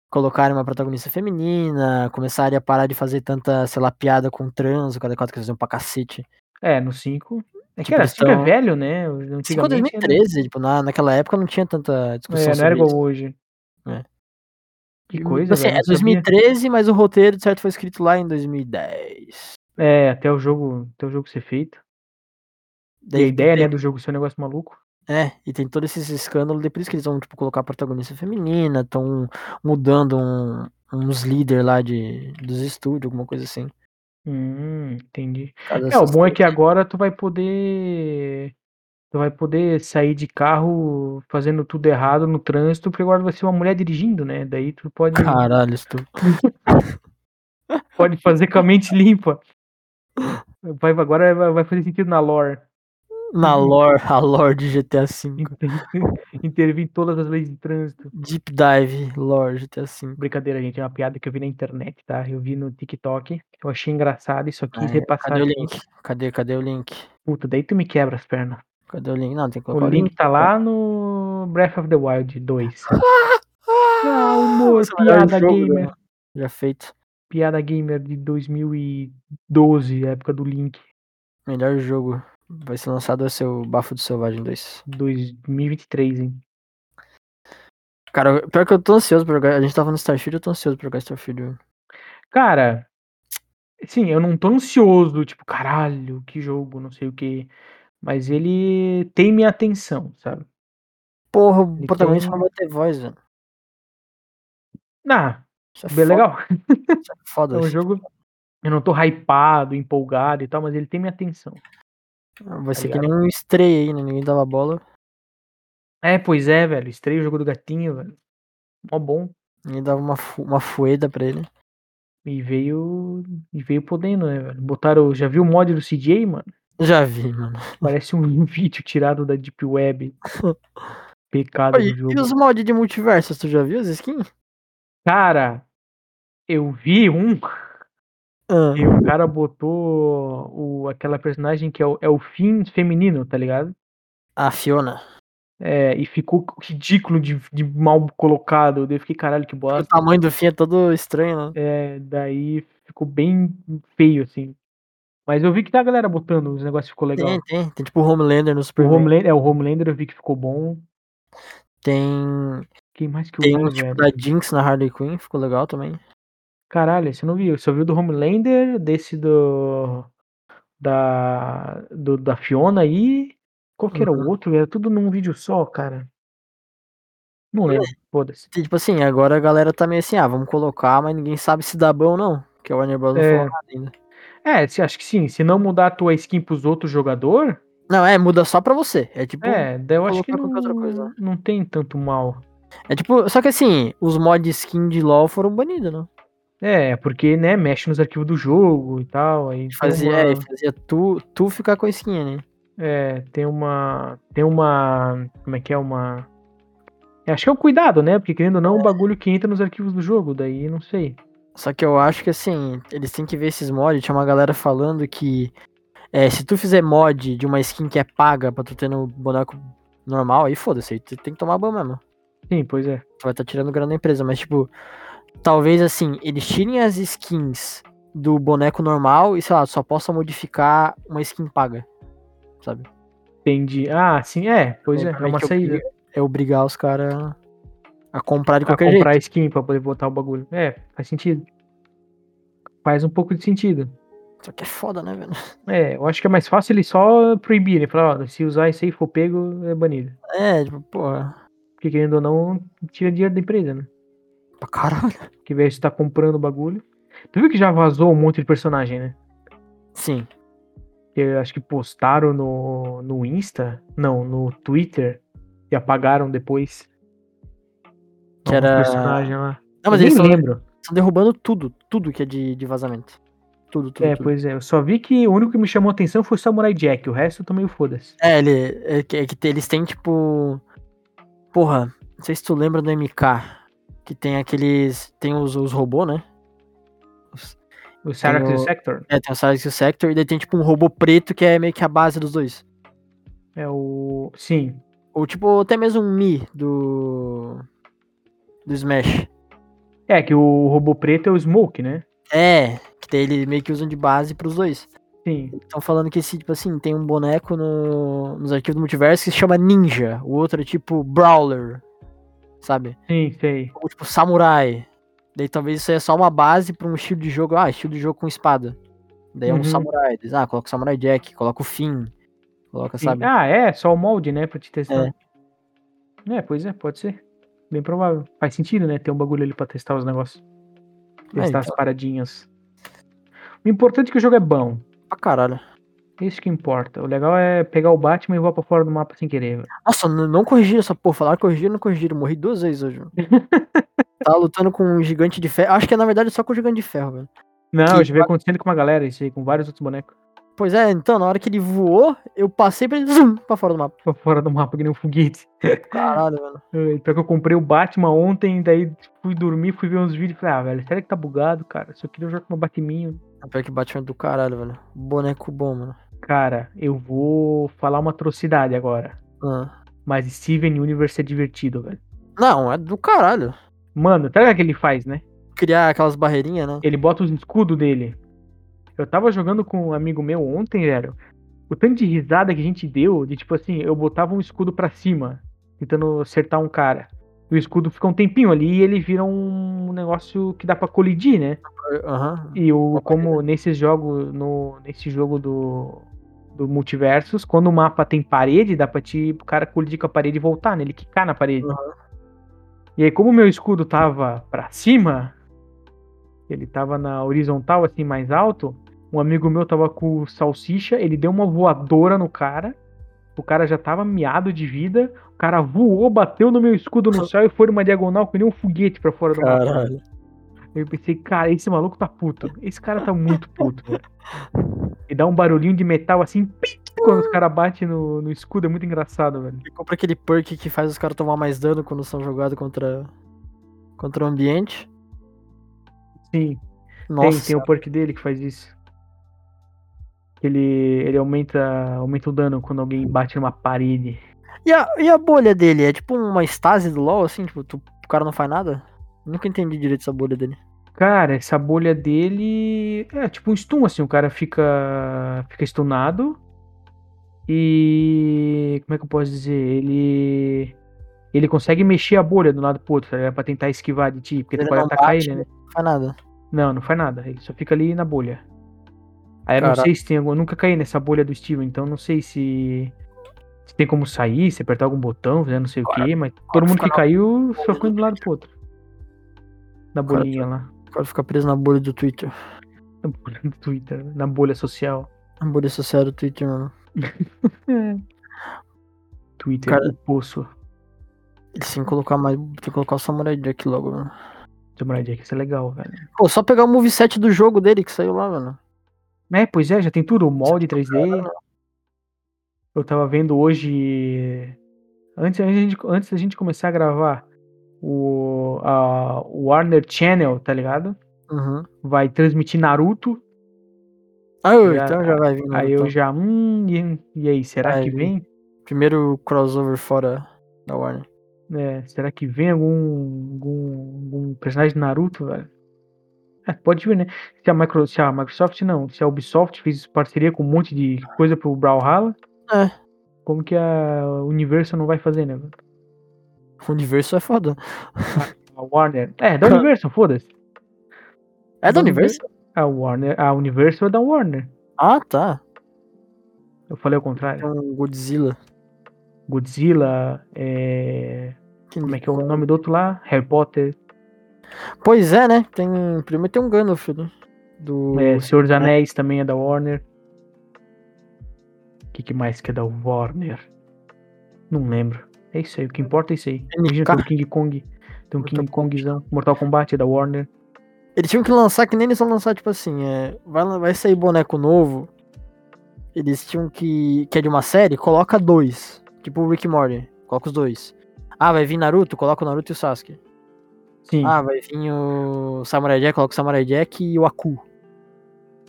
[SPEAKER 2] colocarem uma protagonista feminina, começarem a parar de fazer tanta, sei lá, piada com trans, o cada quatro que eles faziam pra cacete.
[SPEAKER 1] É, no 5. É que
[SPEAKER 2] Tipo,
[SPEAKER 1] era,
[SPEAKER 2] eles
[SPEAKER 1] 5 é
[SPEAKER 2] tão-
[SPEAKER 1] velho, né?
[SPEAKER 2] Isso foi em
[SPEAKER 1] Antigamente era-
[SPEAKER 2] 2013, tipo, na, naquela época não tinha tanta discussão
[SPEAKER 1] É, não
[SPEAKER 2] sobre
[SPEAKER 1] era igual
[SPEAKER 2] isso.
[SPEAKER 1] hoje.
[SPEAKER 2] tipo, É.
[SPEAKER 1] Que
[SPEAKER 2] Tipo
[SPEAKER 1] coisa,
[SPEAKER 2] assim,
[SPEAKER 1] velho.
[SPEAKER 2] é
[SPEAKER 1] não sabia.
[SPEAKER 2] 2013, mas o roteiro, de certo, foi escrito lá em 2010.
[SPEAKER 1] É, até o jogo, até o jogo ser feito. E
[SPEAKER 2] Daí,
[SPEAKER 1] a ideia,
[SPEAKER 2] tem,
[SPEAKER 1] né, do jogo ser um negócio maluco.
[SPEAKER 2] É, e tem todo esse escândalo, daí por isso que eles vão, tipo, colocar protagonista feminina, estão mudando um- uns líderes lá de, dos estúdios, alguma coisa assim.
[SPEAKER 1] Hum, entendi.
[SPEAKER 2] por causa
[SPEAKER 1] É, o
[SPEAKER 2] dessas
[SPEAKER 1] bom é
[SPEAKER 2] coisas.
[SPEAKER 1] que agora tu vai poder. Tu vai poder sair de carro fazendo tudo errado no trânsito, porque agora vai ser uma mulher dirigindo, né? Daí tu pode,
[SPEAKER 2] Caralho, isso tudo.
[SPEAKER 1] pode fazer com a mente limpa. Vai, agora vai, vai fazer sentido na lore.
[SPEAKER 2] Na
[SPEAKER 1] Uhum.
[SPEAKER 2] lore, a lore de GTA V.
[SPEAKER 1] Intervir em todas as leis de trânsito.
[SPEAKER 2] Deep Dive, lore GTA V.
[SPEAKER 1] Brincadeira, gente. É uma piada que eu vi na internet, tá? Eu vi no TikTok. Eu achei engraçado e só quis
[SPEAKER 2] É,
[SPEAKER 1] repassar.
[SPEAKER 2] Cadê o
[SPEAKER 1] aqui.
[SPEAKER 2] link? Cadê, cadê o link?
[SPEAKER 1] Puta, daí tu me quebra as pernas.
[SPEAKER 2] Cadê o link? Não, tem que
[SPEAKER 1] O
[SPEAKER 2] colocar o
[SPEAKER 1] link
[SPEAKER 2] link.
[SPEAKER 1] tá lá no Breath of the Wild 2. Ah,
[SPEAKER 2] Ah,
[SPEAKER 1] humor,
[SPEAKER 2] esse é o melhor
[SPEAKER 1] piada
[SPEAKER 2] jogo,
[SPEAKER 1] gamer.
[SPEAKER 2] né? Já feito.
[SPEAKER 1] Piada gamer de 2012, época do Link.
[SPEAKER 2] Melhor jogo. Vai ser lançado vai ser o Bafo do Selvagem 2.
[SPEAKER 1] 2023, hein?
[SPEAKER 2] Cara, eu- pior que eu tô ansioso pra jogar. A gente tava no Starfield, eu tô ansioso pra jogar Starfield. um. mano.
[SPEAKER 1] Cara, sim, eu não tô ansioso, tipo, caralho, que jogo, não sei o quê. Mas ele tem minha atenção, sabe?
[SPEAKER 2] Porra,
[SPEAKER 1] Ele
[SPEAKER 2] o protagonista
[SPEAKER 1] tem- um
[SPEAKER 2] não vai ter voz, velho.
[SPEAKER 1] Ah,
[SPEAKER 2] Isso é
[SPEAKER 1] bem
[SPEAKER 2] foda,
[SPEAKER 1] legal.
[SPEAKER 2] Isso é foda.
[SPEAKER 1] É um
[SPEAKER 2] isso.
[SPEAKER 1] jogo. Eu não tô hypado, empolgado e tal, mas ele tem minha atenção.
[SPEAKER 2] Vai ser que
[SPEAKER 1] tá ligado?
[SPEAKER 2] nem um estreia aí, né? Ninguém dava bola.
[SPEAKER 1] É, pois é, velho. Estreia o jogo do gatinho, velho. Mó bom.
[SPEAKER 2] Ninguém dava uma, fu uma fueda pra ele.
[SPEAKER 1] E veio. E veio podendo, né, velho? Botaram. Já viu o mod do CJ, mano?
[SPEAKER 2] Já vi, mano.
[SPEAKER 1] Parece um vídeo tirado da Deep Web. Pecado
[SPEAKER 2] Oi,
[SPEAKER 1] do
[SPEAKER 2] e
[SPEAKER 1] jogo.
[SPEAKER 2] os mods de multiversos, tu já viu as skins?
[SPEAKER 1] Cara, eu vi um.
[SPEAKER 2] Ah,
[SPEAKER 1] E o cara botou o, aquela personagem que é o, é o fim feminino, tá ligado?
[SPEAKER 2] a Fiona.
[SPEAKER 1] É, e ficou ridículo de, de mal colocado. Daí Eu fiquei, caralho, que
[SPEAKER 2] O
[SPEAKER 1] bosta.
[SPEAKER 2] tamanho do fim é todo estranho, né?
[SPEAKER 1] É, daí ficou bem feio, assim. Mas eu vi que tá a galera botando, os negócios ficou legal.
[SPEAKER 2] Tem, tem. Tem tipo o Homelander no
[SPEAKER 1] O
[SPEAKER 2] Superman.
[SPEAKER 1] Homelander, é, o Homelander eu vi que ficou bom.
[SPEAKER 2] Tem,
[SPEAKER 1] Quem mais que
[SPEAKER 2] tem
[SPEAKER 1] eu
[SPEAKER 2] um
[SPEAKER 1] vi,
[SPEAKER 2] tipo
[SPEAKER 1] velho?
[SPEAKER 2] da Jinx na Harley Quinn, ficou legal também.
[SPEAKER 1] Caralho, você não viu? Eu só viu do Homelander, desse do. Da. do- da Fiona aí. Qual que era o
[SPEAKER 2] Uhum.
[SPEAKER 1] outro? Era tudo num vídeo só, cara. Não
[SPEAKER 2] É.
[SPEAKER 1] lembro, foda-se.
[SPEAKER 2] E, tipo assim, agora a galera tá meio assim, ah, vamos colocar, mas ninguém sabe se dá bom ou não. Que a Warner Bros. não
[SPEAKER 1] É.
[SPEAKER 2] falou nada ainda.
[SPEAKER 1] É, se- acho que sim. Se não mudar a tua skin pros outros jogador,
[SPEAKER 2] Não, é, muda só pra você. É tipo. É,
[SPEAKER 1] é, daí eu acho que
[SPEAKER 2] colocar
[SPEAKER 1] não,
[SPEAKER 2] qualquer outra coisa, né?
[SPEAKER 1] não tem tanto mal.
[SPEAKER 2] tipo. Só que assim, os mods skin de LOL foram banidos, né?
[SPEAKER 1] É, porque, né, mexe nos arquivos do jogo e tal, aí tem
[SPEAKER 2] Fazia,
[SPEAKER 1] uma-
[SPEAKER 2] é, fazia tu, tu ficar com a skin, né?
[SPEAKER 1] é, tem uma, tem uma, como é que é, uma, é, acho que é o cuidado, né, porque querendo ou não, o bagulho que entra nos arquivos do jogo, daí não sei.
[SPEAKER 2] Só que eu acho que assim, eles têm que ver esses mods. Tinha uma galera falando que é, se tu fizer mod de uma skin que é paga pra tu ter no boneco normal, aí foda-se, aí tu tem que tomar ban mesmo. tá
[SPEAKER 1] Sim, pois é,
[SPEAKER 2] Tu vai estar tirando grana da empresa, mas tipo, talvez assim, eles tirem as skins do boneco normal e, sei lá, só possa modificar uma skin paga. Sabe?
[SPEAKER 1] Entendi. Ah, sim, é. Pois é, é uma
[SPEAKER 2] Basicamente,
[SPEAKER 1] saída.
[SPEAKER 2] obriga- É obrigar os caras a comprar de
[SPEAKER 1] Pra
[SPEAKER 2] qualquer
[SPEAKER 1] comprar
[SPEAKER 2] jeito.
[SPEAKER 1] skin pra poder botar o bagulho. É, faz sentido. Faz um pouco de sentido.
[SPEAKER 2] Só que é foda, né, velho?
[SPEAKER 1] É, eu acho que é mais fácil eles só proibirem. Falar, ó, se usar isso aí for pego, é banido.
[SPEAKER 2] É, tipo, porra.
[SPEAKER 1] Porque querendo ou não, tira dinheiro da empresa, né?
[SPEAKER 2] Pra caralho.
[SPEAKER 1] Que velho, você tá comprando o bagulho. Tu viu que já vazou um monte de personagem, né?
[SPEAKER 2] Sim.
[SPEAKER 1] Que eu acho que postaram no, no Insta. Não, no Twitter. E apagaram depois.
[SPEAKER 2] Que
[SPEAKER 1] Alguns
[SPEAKER 2] era-
[SPEAKER 1] personagem lá.
[SPEAKER 2] Não, mas
[SPEAKER 1] eu
[SPEAKER 2] eles
[SPEAKER 1] nem
[SPEAKER 2] estão
[SPEAKER 1] lembro.
[SPEAKER 2] derrubando tudo. Tudo que é de, de vazamento. Tudo, tudo.
[SPEAKER 1] É,
[SPEAKER 2] tudo.
[SPEAKER 1] pois é. Eu só vi que o único que me chamou atenção foi o Samurai Jack. O resto eu tô meio foda-se.
[SPEAKER 2] É, ele, é que, é que te- eles têm, tipo. Porra, não sei se tu lembra do MK. Que tem aqueles. Tem os, os robôs, né?
[SPEAKER 1] O Sarax
[SPEAKER 2] o-
[SPEAKER 1] do Sector.
[SPEAKER 2] É, tem o Silence e o Sector. E daí tem, tipo, um robô preto que é meio que a base dos dois.
[SPEAKER 1] É o. Sim.
[SPEAKER 2] Ou, tipo, até mesmo um Mi do. Do Smash.
[SPEAKER 1] É, que o robô preto é o Smoke, né?
[SPEAKER 2] É, que daí ele meio que usam de base pros dois.
[SPEAKER 1] Sim.
[SPEAKER 2] Estão falando que esse, tipo assim, tem um boneco no, nos arquivos do multiverso que se chama Ninja. O outro é tipo Brawler. Sabe?
[SPEAKER 1] Sim, sei.
[SPEAKER 2] ou tipo samurai. Daí talvez isso aí é só uma base pra um estilo de jogo. Ah, estilo de jogo com espada. Daí é
[SPEAKER 1] Uhum.
[SPEAKER 2] um samurai. Diz, ah, coloca o samurai Jack, coloca o Finn. Coloca,
[SPEAKER 1] Sim.
[SPEAKER 2] sabe?
[SPEAKER 1] Ah, é, só o molde, né, pra te testar. É. pois é, pode ser. Bem provável. Faz sentido, né, ter um bagulho ali pra testar os negócios.
[SPEAKER 2] É,
[SPEAKER 1] Testar as
[SPEAKER 2] então.
[SPEAKER 1] paradinhas. O importante é que o jogo é bom. É
[SPEAKER 2] Pra caralho.
[SPEAKER 1] Isso que importa. O legal é pegar o Batman e voar pra fora do mapa sem querer. velho.
[SPEAKER 2] Nossa, n- não corrigiram essa porra. Falaram que corrigiram, não corrigiram. Morri duas vezes hoje. mano. Tava lutando com um gigante de ferro. Acho que é, na verdade só com o gigante de ferro, velho.
[SPEAKER 1] Não,
[SPEAKER 2] Que
[SPEAKER 1] eu já vi acontecendo com uma galera isso aí, com vários outros bonecos.
[SPEAKER 2] Pois é, então, na hora que ele voou, eu passei pra ele zoom, pra fora do mapa.
[SPEAKER 1] Pra fora do mapa, que nem um foguete.
[SPEAKER 2] Caralho, mano.
[SPEAKER 1] Ai, Pior que eu comprei o Batman ontem, daí fui dormir, fui ver uns vídeos e falei, ah, velho, será que tá bugado, cara? Só queria jogar com uma Batminha.
[SPEAKER 2] Pior que Batman é do caralho, velho. Boneco bom, mano.
[SPEAKER 1] Cara, eu vou falar uma atrocidade agora.
[SPEAKER 2] Ah.
[SPEAKER 1] Mas Steven Universe é divertido, velho.
[SPEAKER 2] Não, é do caralho.
[SPEAKER 1] Mano, tá ligado o que ele faz, né?
[SPEAKER 2] Criar aquelas barreirinhas, né?
[SPEAKER 1] Ele bota os escudos dele. Eu tava jogando com um amigo meu ontem, velho. O tanto de risada que a gente deu, de tipo assim, eu botava um escudo pra cima, tentando acertar um cara. E o escudo fica um tempinho ali e ele vira um negócio que dá pra colidir, né?
[SPEAKER 2] Aham.
[SPEAKER 1] E o,
[SPEAKER 2] Uma
[SPEAKER 1] como nesses jogos, no, nesse jogo do, do Multiversus, quando o mapa tem parede, dá pra te, o cara colidir com a parede e voltar, né? Ele quicar na parede. E aí, como o meu escudo tava pra cima, ele tava na horizontal, assim, mais alto, um amigo meu tava com o salsicha, ele deu uma voadora no cara, o cara já tava miado de vida, o cara voou, bateu no meu escudo no céu e foi numa diagonal que nem um foguete pra fora do mapa.
[SPEAKER 2] Caralho.
[SPEAKER 1] Eu pensei, cara, esse maluco tá puto. Esse cara tá muito puto, velho. E dá um barulhinho de metal assim, pim, quando os caras batem no, no escudo, é muito engraçado, velho.
[SPEAKER 2] Ele compra aquele perk que faz os caras tomar mais dano quando são jogados contra, contra o ambiente.
[SPEAKER 1] Sim,
[SPEAKER 2] Nossa,
[SPEAKER 1] tem, tem o perk dele que faz isso. Ele, ele aumenta, aumenta o dano quando alguém bate numa parede.
[SPEAKER 2] e, a, e a bolha dele? É tipo uma estase do LoL, assim? Tipo, tu- o cara não faz nada? Nunca entendi direito essa bolha dele.
[SPEAKER 1] Cara, essa bolha dele é tipo um stun, assim, o cara fica fica stunado e como é que eu posso dizer? Ele ele consegue mexer a bolha de um lado pro outro, tá ligado? Pra tentar esquivar de ti, porque tu
[SPEAKER 2] Ele
[SPEAKER 1] pode
[SPEAKER 2] não
[SPEAKER 1] atacar
[SPEAKER 2] bate,
[SPEAKER 1] ele, né?
[SPEAKER 2] Não faz nada.
[SPEAKER 1] Não, não faz nada, ele só fica ali na bolha. Aí eu não
[SPEAKER 2] Caraca.
[SPEAKER 1] sei se tem algum, eu nunca caí nessa bolha do Steven, então não sei se se tem como sair, se apertar algum botão, fazer não sei o
[SPEAKER 2] Agora-
[SPEAKER 1] quê, mas todo
[SPEAKER 2] agora
[SPEAKER 1] mundo que
[SPEAKER 2] fica na
[SPEAKER 1] caiu
[SPEAKER 2] bolha
[SPEAKER 1] só ficou
[SPEAKER 2] do
[SPEAKER 1] de um lado pro outro. Na
[SPEAKER 2] Agora-
[SPEAKER 1] bolinha lá.
[SPEAKER 2] O cara fica preso na bolha do Twitter.
[SPEAKER 1] Na bolha do Twitter, né? na bolha social.
[SPEAKER 2] Na bolha social do Twitter, mano.
[SPEAKER 1] Twitter,
[SPEAKER 2] Cara-
[SPEAKER 1] o poço.
[SPEAKER 2] Eles têm que colocar mais. Tem que colocar o Samurai Jack logo, mano.
[SPEAKER 1] Samurai Jack, isso é legal, velho.
[SPEAKER 2] Pô, só pegar o moveset do jogo dele que saiu lá, mano.
[SPEAKER 1] É, pois é, já tem tudo, o molde 3D. Eu tava vendo hoje. Antes, antes, da gente- antes da gente começar a gravar, o a o Warner Channel, tá ligado?
[SPEAKER 2] Uhum.
[SPEAKER 1] Vai transmitir Naruto.
[SPEAKER 2] Ah, eu-
[SPEAKER 1] Já-
[SPEAKER 2] então já vai vir.
[SPEAKER 1] aí eu
[SPEAKER 2] então.
[SPEAKER 1] já. Hum, e, e aí, será
[SPEAKER 2] Aí-
[SPEAKER 1] que vem?
[SPEAKER 2] então. Primeiro crossover fora da Warner.
[SPEAKER 1] É, será que vem algum, algum, algum personagem de Naruto, velho? É, pode ver, né? Se a, Micro- se a Microsoft não, se a Ubisoft fez parceria com um monte de coisa pro Brawlhalla,
[SPEAKER 2] É.
[SPEAKER 1] como que a Universal não vai fazer, né?
[SPEAKER 2] O universo é foda.
[SPEAKER 1] A Warner. É, da Universal, foda-se.
[SPEAKER 2] É do universo?
[SPEAKER 1] A Warner, a Universal é da Warner.
[SPEAKER 2] Ah, tá.
[SPEAKER 1] Eu falei ao
[SPEAKER 2] É
[SPEAKER 1] contrário.
[SPEAKER 2] um Godzilla.
[SPEAKER 1] Godzilla, é... como é que é o nome do outro lá? Harry Potter,
[SPEAKER 2] Pois é, né? Tem... Primeiro tem um Gandalf, né? Do...
[SPEAKER 1] é, Senhor dos
[SPEAKER 2] né?
[SPEAKER 1] Anéis também é da Warner. O que, que mais que é da Warner? Não lembro. É isso aí, o que importa é isso aí. Imagina tem o King Kong. Tem um King Kongzão. Mortal Kombat é da Warner.
[SPEAKER 2] Eles tinham que lançar que nem eles vão lançar, tipo assim, é, vai, lan- vai sair boneco novo. Eles tinham que. Que é de uma série, coloca dois. Tipo o Rick e Morty, coloca os dois. Ah, vai vir Naruto, coloca o Naruto e o Sasuke.
[SPEAKER 1] Sim.
[SPEAKER 2] Ah, vai vir o Samurai Jack, coloca o Samurai Jack e o Aku.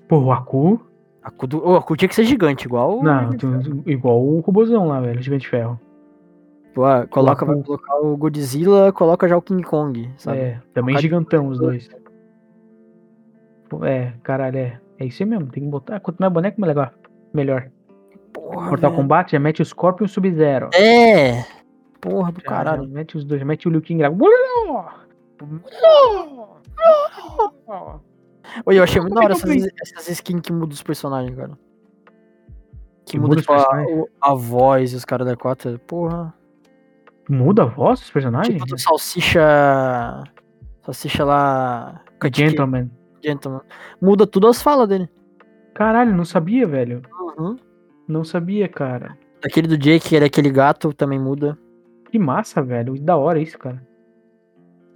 [SPEAKER 1] Pô, o Aku.
[SPEAKER 2] Aku do, o Aku tinha que ser é gigante, igual. o-
[SPEAKER 1] Não, tem uns- igual o robozão lá, velho. Gigante de ferro.
[SPEAKER 2] Tipo, ah, coloca,
[SPEAKER 1] o Aku.
[SPEAKER 2] vai colocar o Godzilla, coloca já o King Kong, sabe?
[SPEAKER 1] É, também
[SPEAKER 2] Trocar de
[SPEAKER 1] gigantão os dois. Pô, É, caralho, é. É isso aí mesmo, tem que botar. Quanto mais boneco, mais legal. Melhor.
[SPEAKER 2] Porra,
[SPEAKER 1] Mortal
[SPEAKER 2] velho.
[SPEAKER 1] Kombat já mete o Scorpion e o Sub-Zero.
[SPEAKER 2] É! Porra do
[SPEAKER 1] Já-
[SPEAKER 2] caralho.
[SPEAKER 1] já Mete os dois, já mete o Liu Kang lá.
[SPEAKER 2] Oi, eu achei muito da hora essas,
[SPEAKER 1] Também
[SPEAKER 2] essas skins que mudam os personagens, cara. Que
[SPEAKER 1] Que
[SPEAKER 2] muda,
[SPEAKER 1] muda os
[SPEAKER 2] tipo, a,
[SPEAKER 1] personagens?
[SPEAKER 2] o- a voz e os caras da cota. Porra.
[SPEAKER 1] Muda a voz dos personagens?
[SPEAKER 2] Tipo, do salsicha. Salsicha lá. Cutcake,
[SPEAKER 1] Gentleman.
[SPEAKER 2] Gentleman. Muda tudo as falas dele.
[SPEAKER 1] Caralho, não sabia, velho.
[SPEAKER 2] Uhum.
[SPEAKER 1] Não sabia, cara.
[SPEAKER 2] Aquele do Jake, que era aquele gato, também muda.
[SPEAKER 1] Que massa, velho. Da hora isso, cara.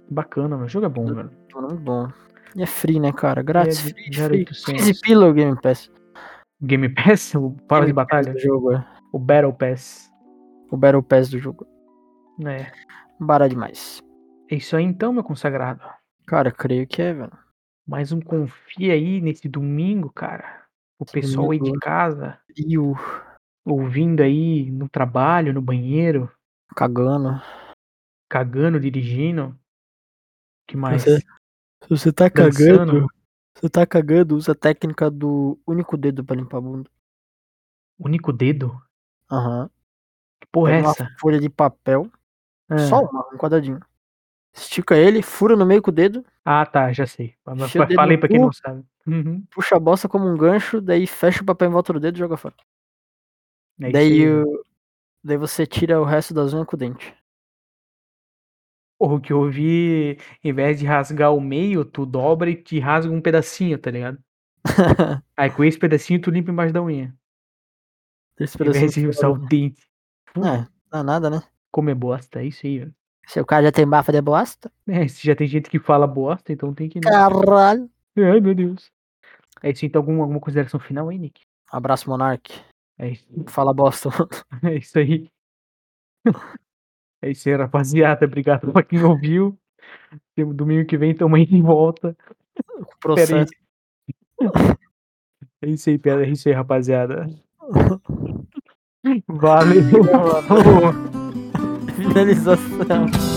[SPEAKER 1] Bacana, mano. O jogo é bom, velho.
[SPEAKER 2] Tudo muito bom. E é free, né, cara? Grátis,
[SPEAKER 1] É,
[SPEAKER 2] free,
[SPEAKER 1] já era
[SPEAKER 2] free.
[SPEAKER 1] 800.
[SPEAKER 2] 15 pila o Game Pass.
[SPEAKER 1] Game Pass, o Para de
[SPEAKER 2] Game Pass
[SPEAKER 1] Batalha,
[SPEAKER 2] do jogo, é.
[SPEAKER 1] o Battle Pass.
[SPEAKER 2] O Battle Pass do jogo.
[SPEAKER 1] É.
[SPEAKER 2] Bara demais.
[SPEAKER 1] É isso aí então, meu consagrado.
[SPEAKER 2] Cara, creio que é, velho.
[SPEAKER 1] Mais um confia aí nesse domingo, cara. O
[SPEAKER 2] Esse
[SPEAKER 1] pessoal aí de
[SPEAKER 2] domingo. é
[SPEAKER 1] casa,
[SPEAKER 2] E o
[SPEAKER 1] ouvindo aí no trabalho, no banheiro,
[SPEAKER 2] cagando.
[SPEAKER 1] cagando, dirigindo. que mais?
[SPEAKER 2] Você- Se você tá
[SPEAKER 1] Dançando.
[SPEAKER 2] cagando, se você tá cagando, usa a técnica do único dedo pra limpar a bunda.
[SPEAKER 1] Único dedo?
[SPEAKER 2] Aham.
[SPEAKER 1] Que porra é
[SPEAKER 2] Pega uma
[SPEAKER 1] essa?
[SPEAKER 2] folha de papel,
[SPEAKER 1] Ah,
[SPEAKER 2] só uma, um quadradinho. Estica ele, fura no meio com o dedo,
[SPEAKER 1] ah, tá, já sei. Mas,
[SPEAKER 2] Enfia o
[SPEAKER 1] mas
[SPEAKER 2] dedo
[SPEAKER 1] falei
[SPEAKER 2] no
[SPEAKER 1] pra quem
[SPEAKER 2] cu.
[SPEAKER 1] não sabe. Uhum,
[SPEAKER 2] puxa a bosta como um gancho, daí fecha o papel em volta do dedo e joga fora.
[SPEAKER 1] é isso
[SPEAKER 2] daí,
[SPEAKER 1] aí.
[SPEAKER 2] o- daí você tira o resto das unhas com o dente.
[SPEAKER 1] Porra, O que eu vi, em vez de rasgar o meio, tu dobra e te rasga um pedacinho, tá ligado? Aí com esse pedacinho tu limpa embaixo da unha.
[SPEAKER 2] Esse
[SPEAKER 1] Em vez de
[SPEAKER 2] pedacinho
[SPEAKER 1] usar o dente.
[SPEAKER 2] É, não é nada, né?
[SPEAKER 1] Comer bosta, é isso aí, velho.
[SPEAKER 2] Seu cara já tem bafa de bosta.
[SPEAKER 1] É, se já tem gente que fala bosta, então tem que. né?
[SPEAKER 2] Caralho.
[SPEAKER 1] Ai, meu Deus. É isso, então, alguma, alguma consideração final aí, Nick?
[SPEAKER 2] Abraço, Monark.
[SPEAKER 1] É isso,
[SPEAKER 2] Fala bosta.
[SPEAKER 1] é isso aí. É isso aí, rapaziada. Obrigado pra quem ouviu. Tem- um Domingo que vem tamo aí de volta. Pera aí.
[SPEAKER 2] Processo.
[SPEAKER 1] É isso aí, pera, é isso aí, rapaziada. Valeu, falou.
[SPEAKER 2] Finalização.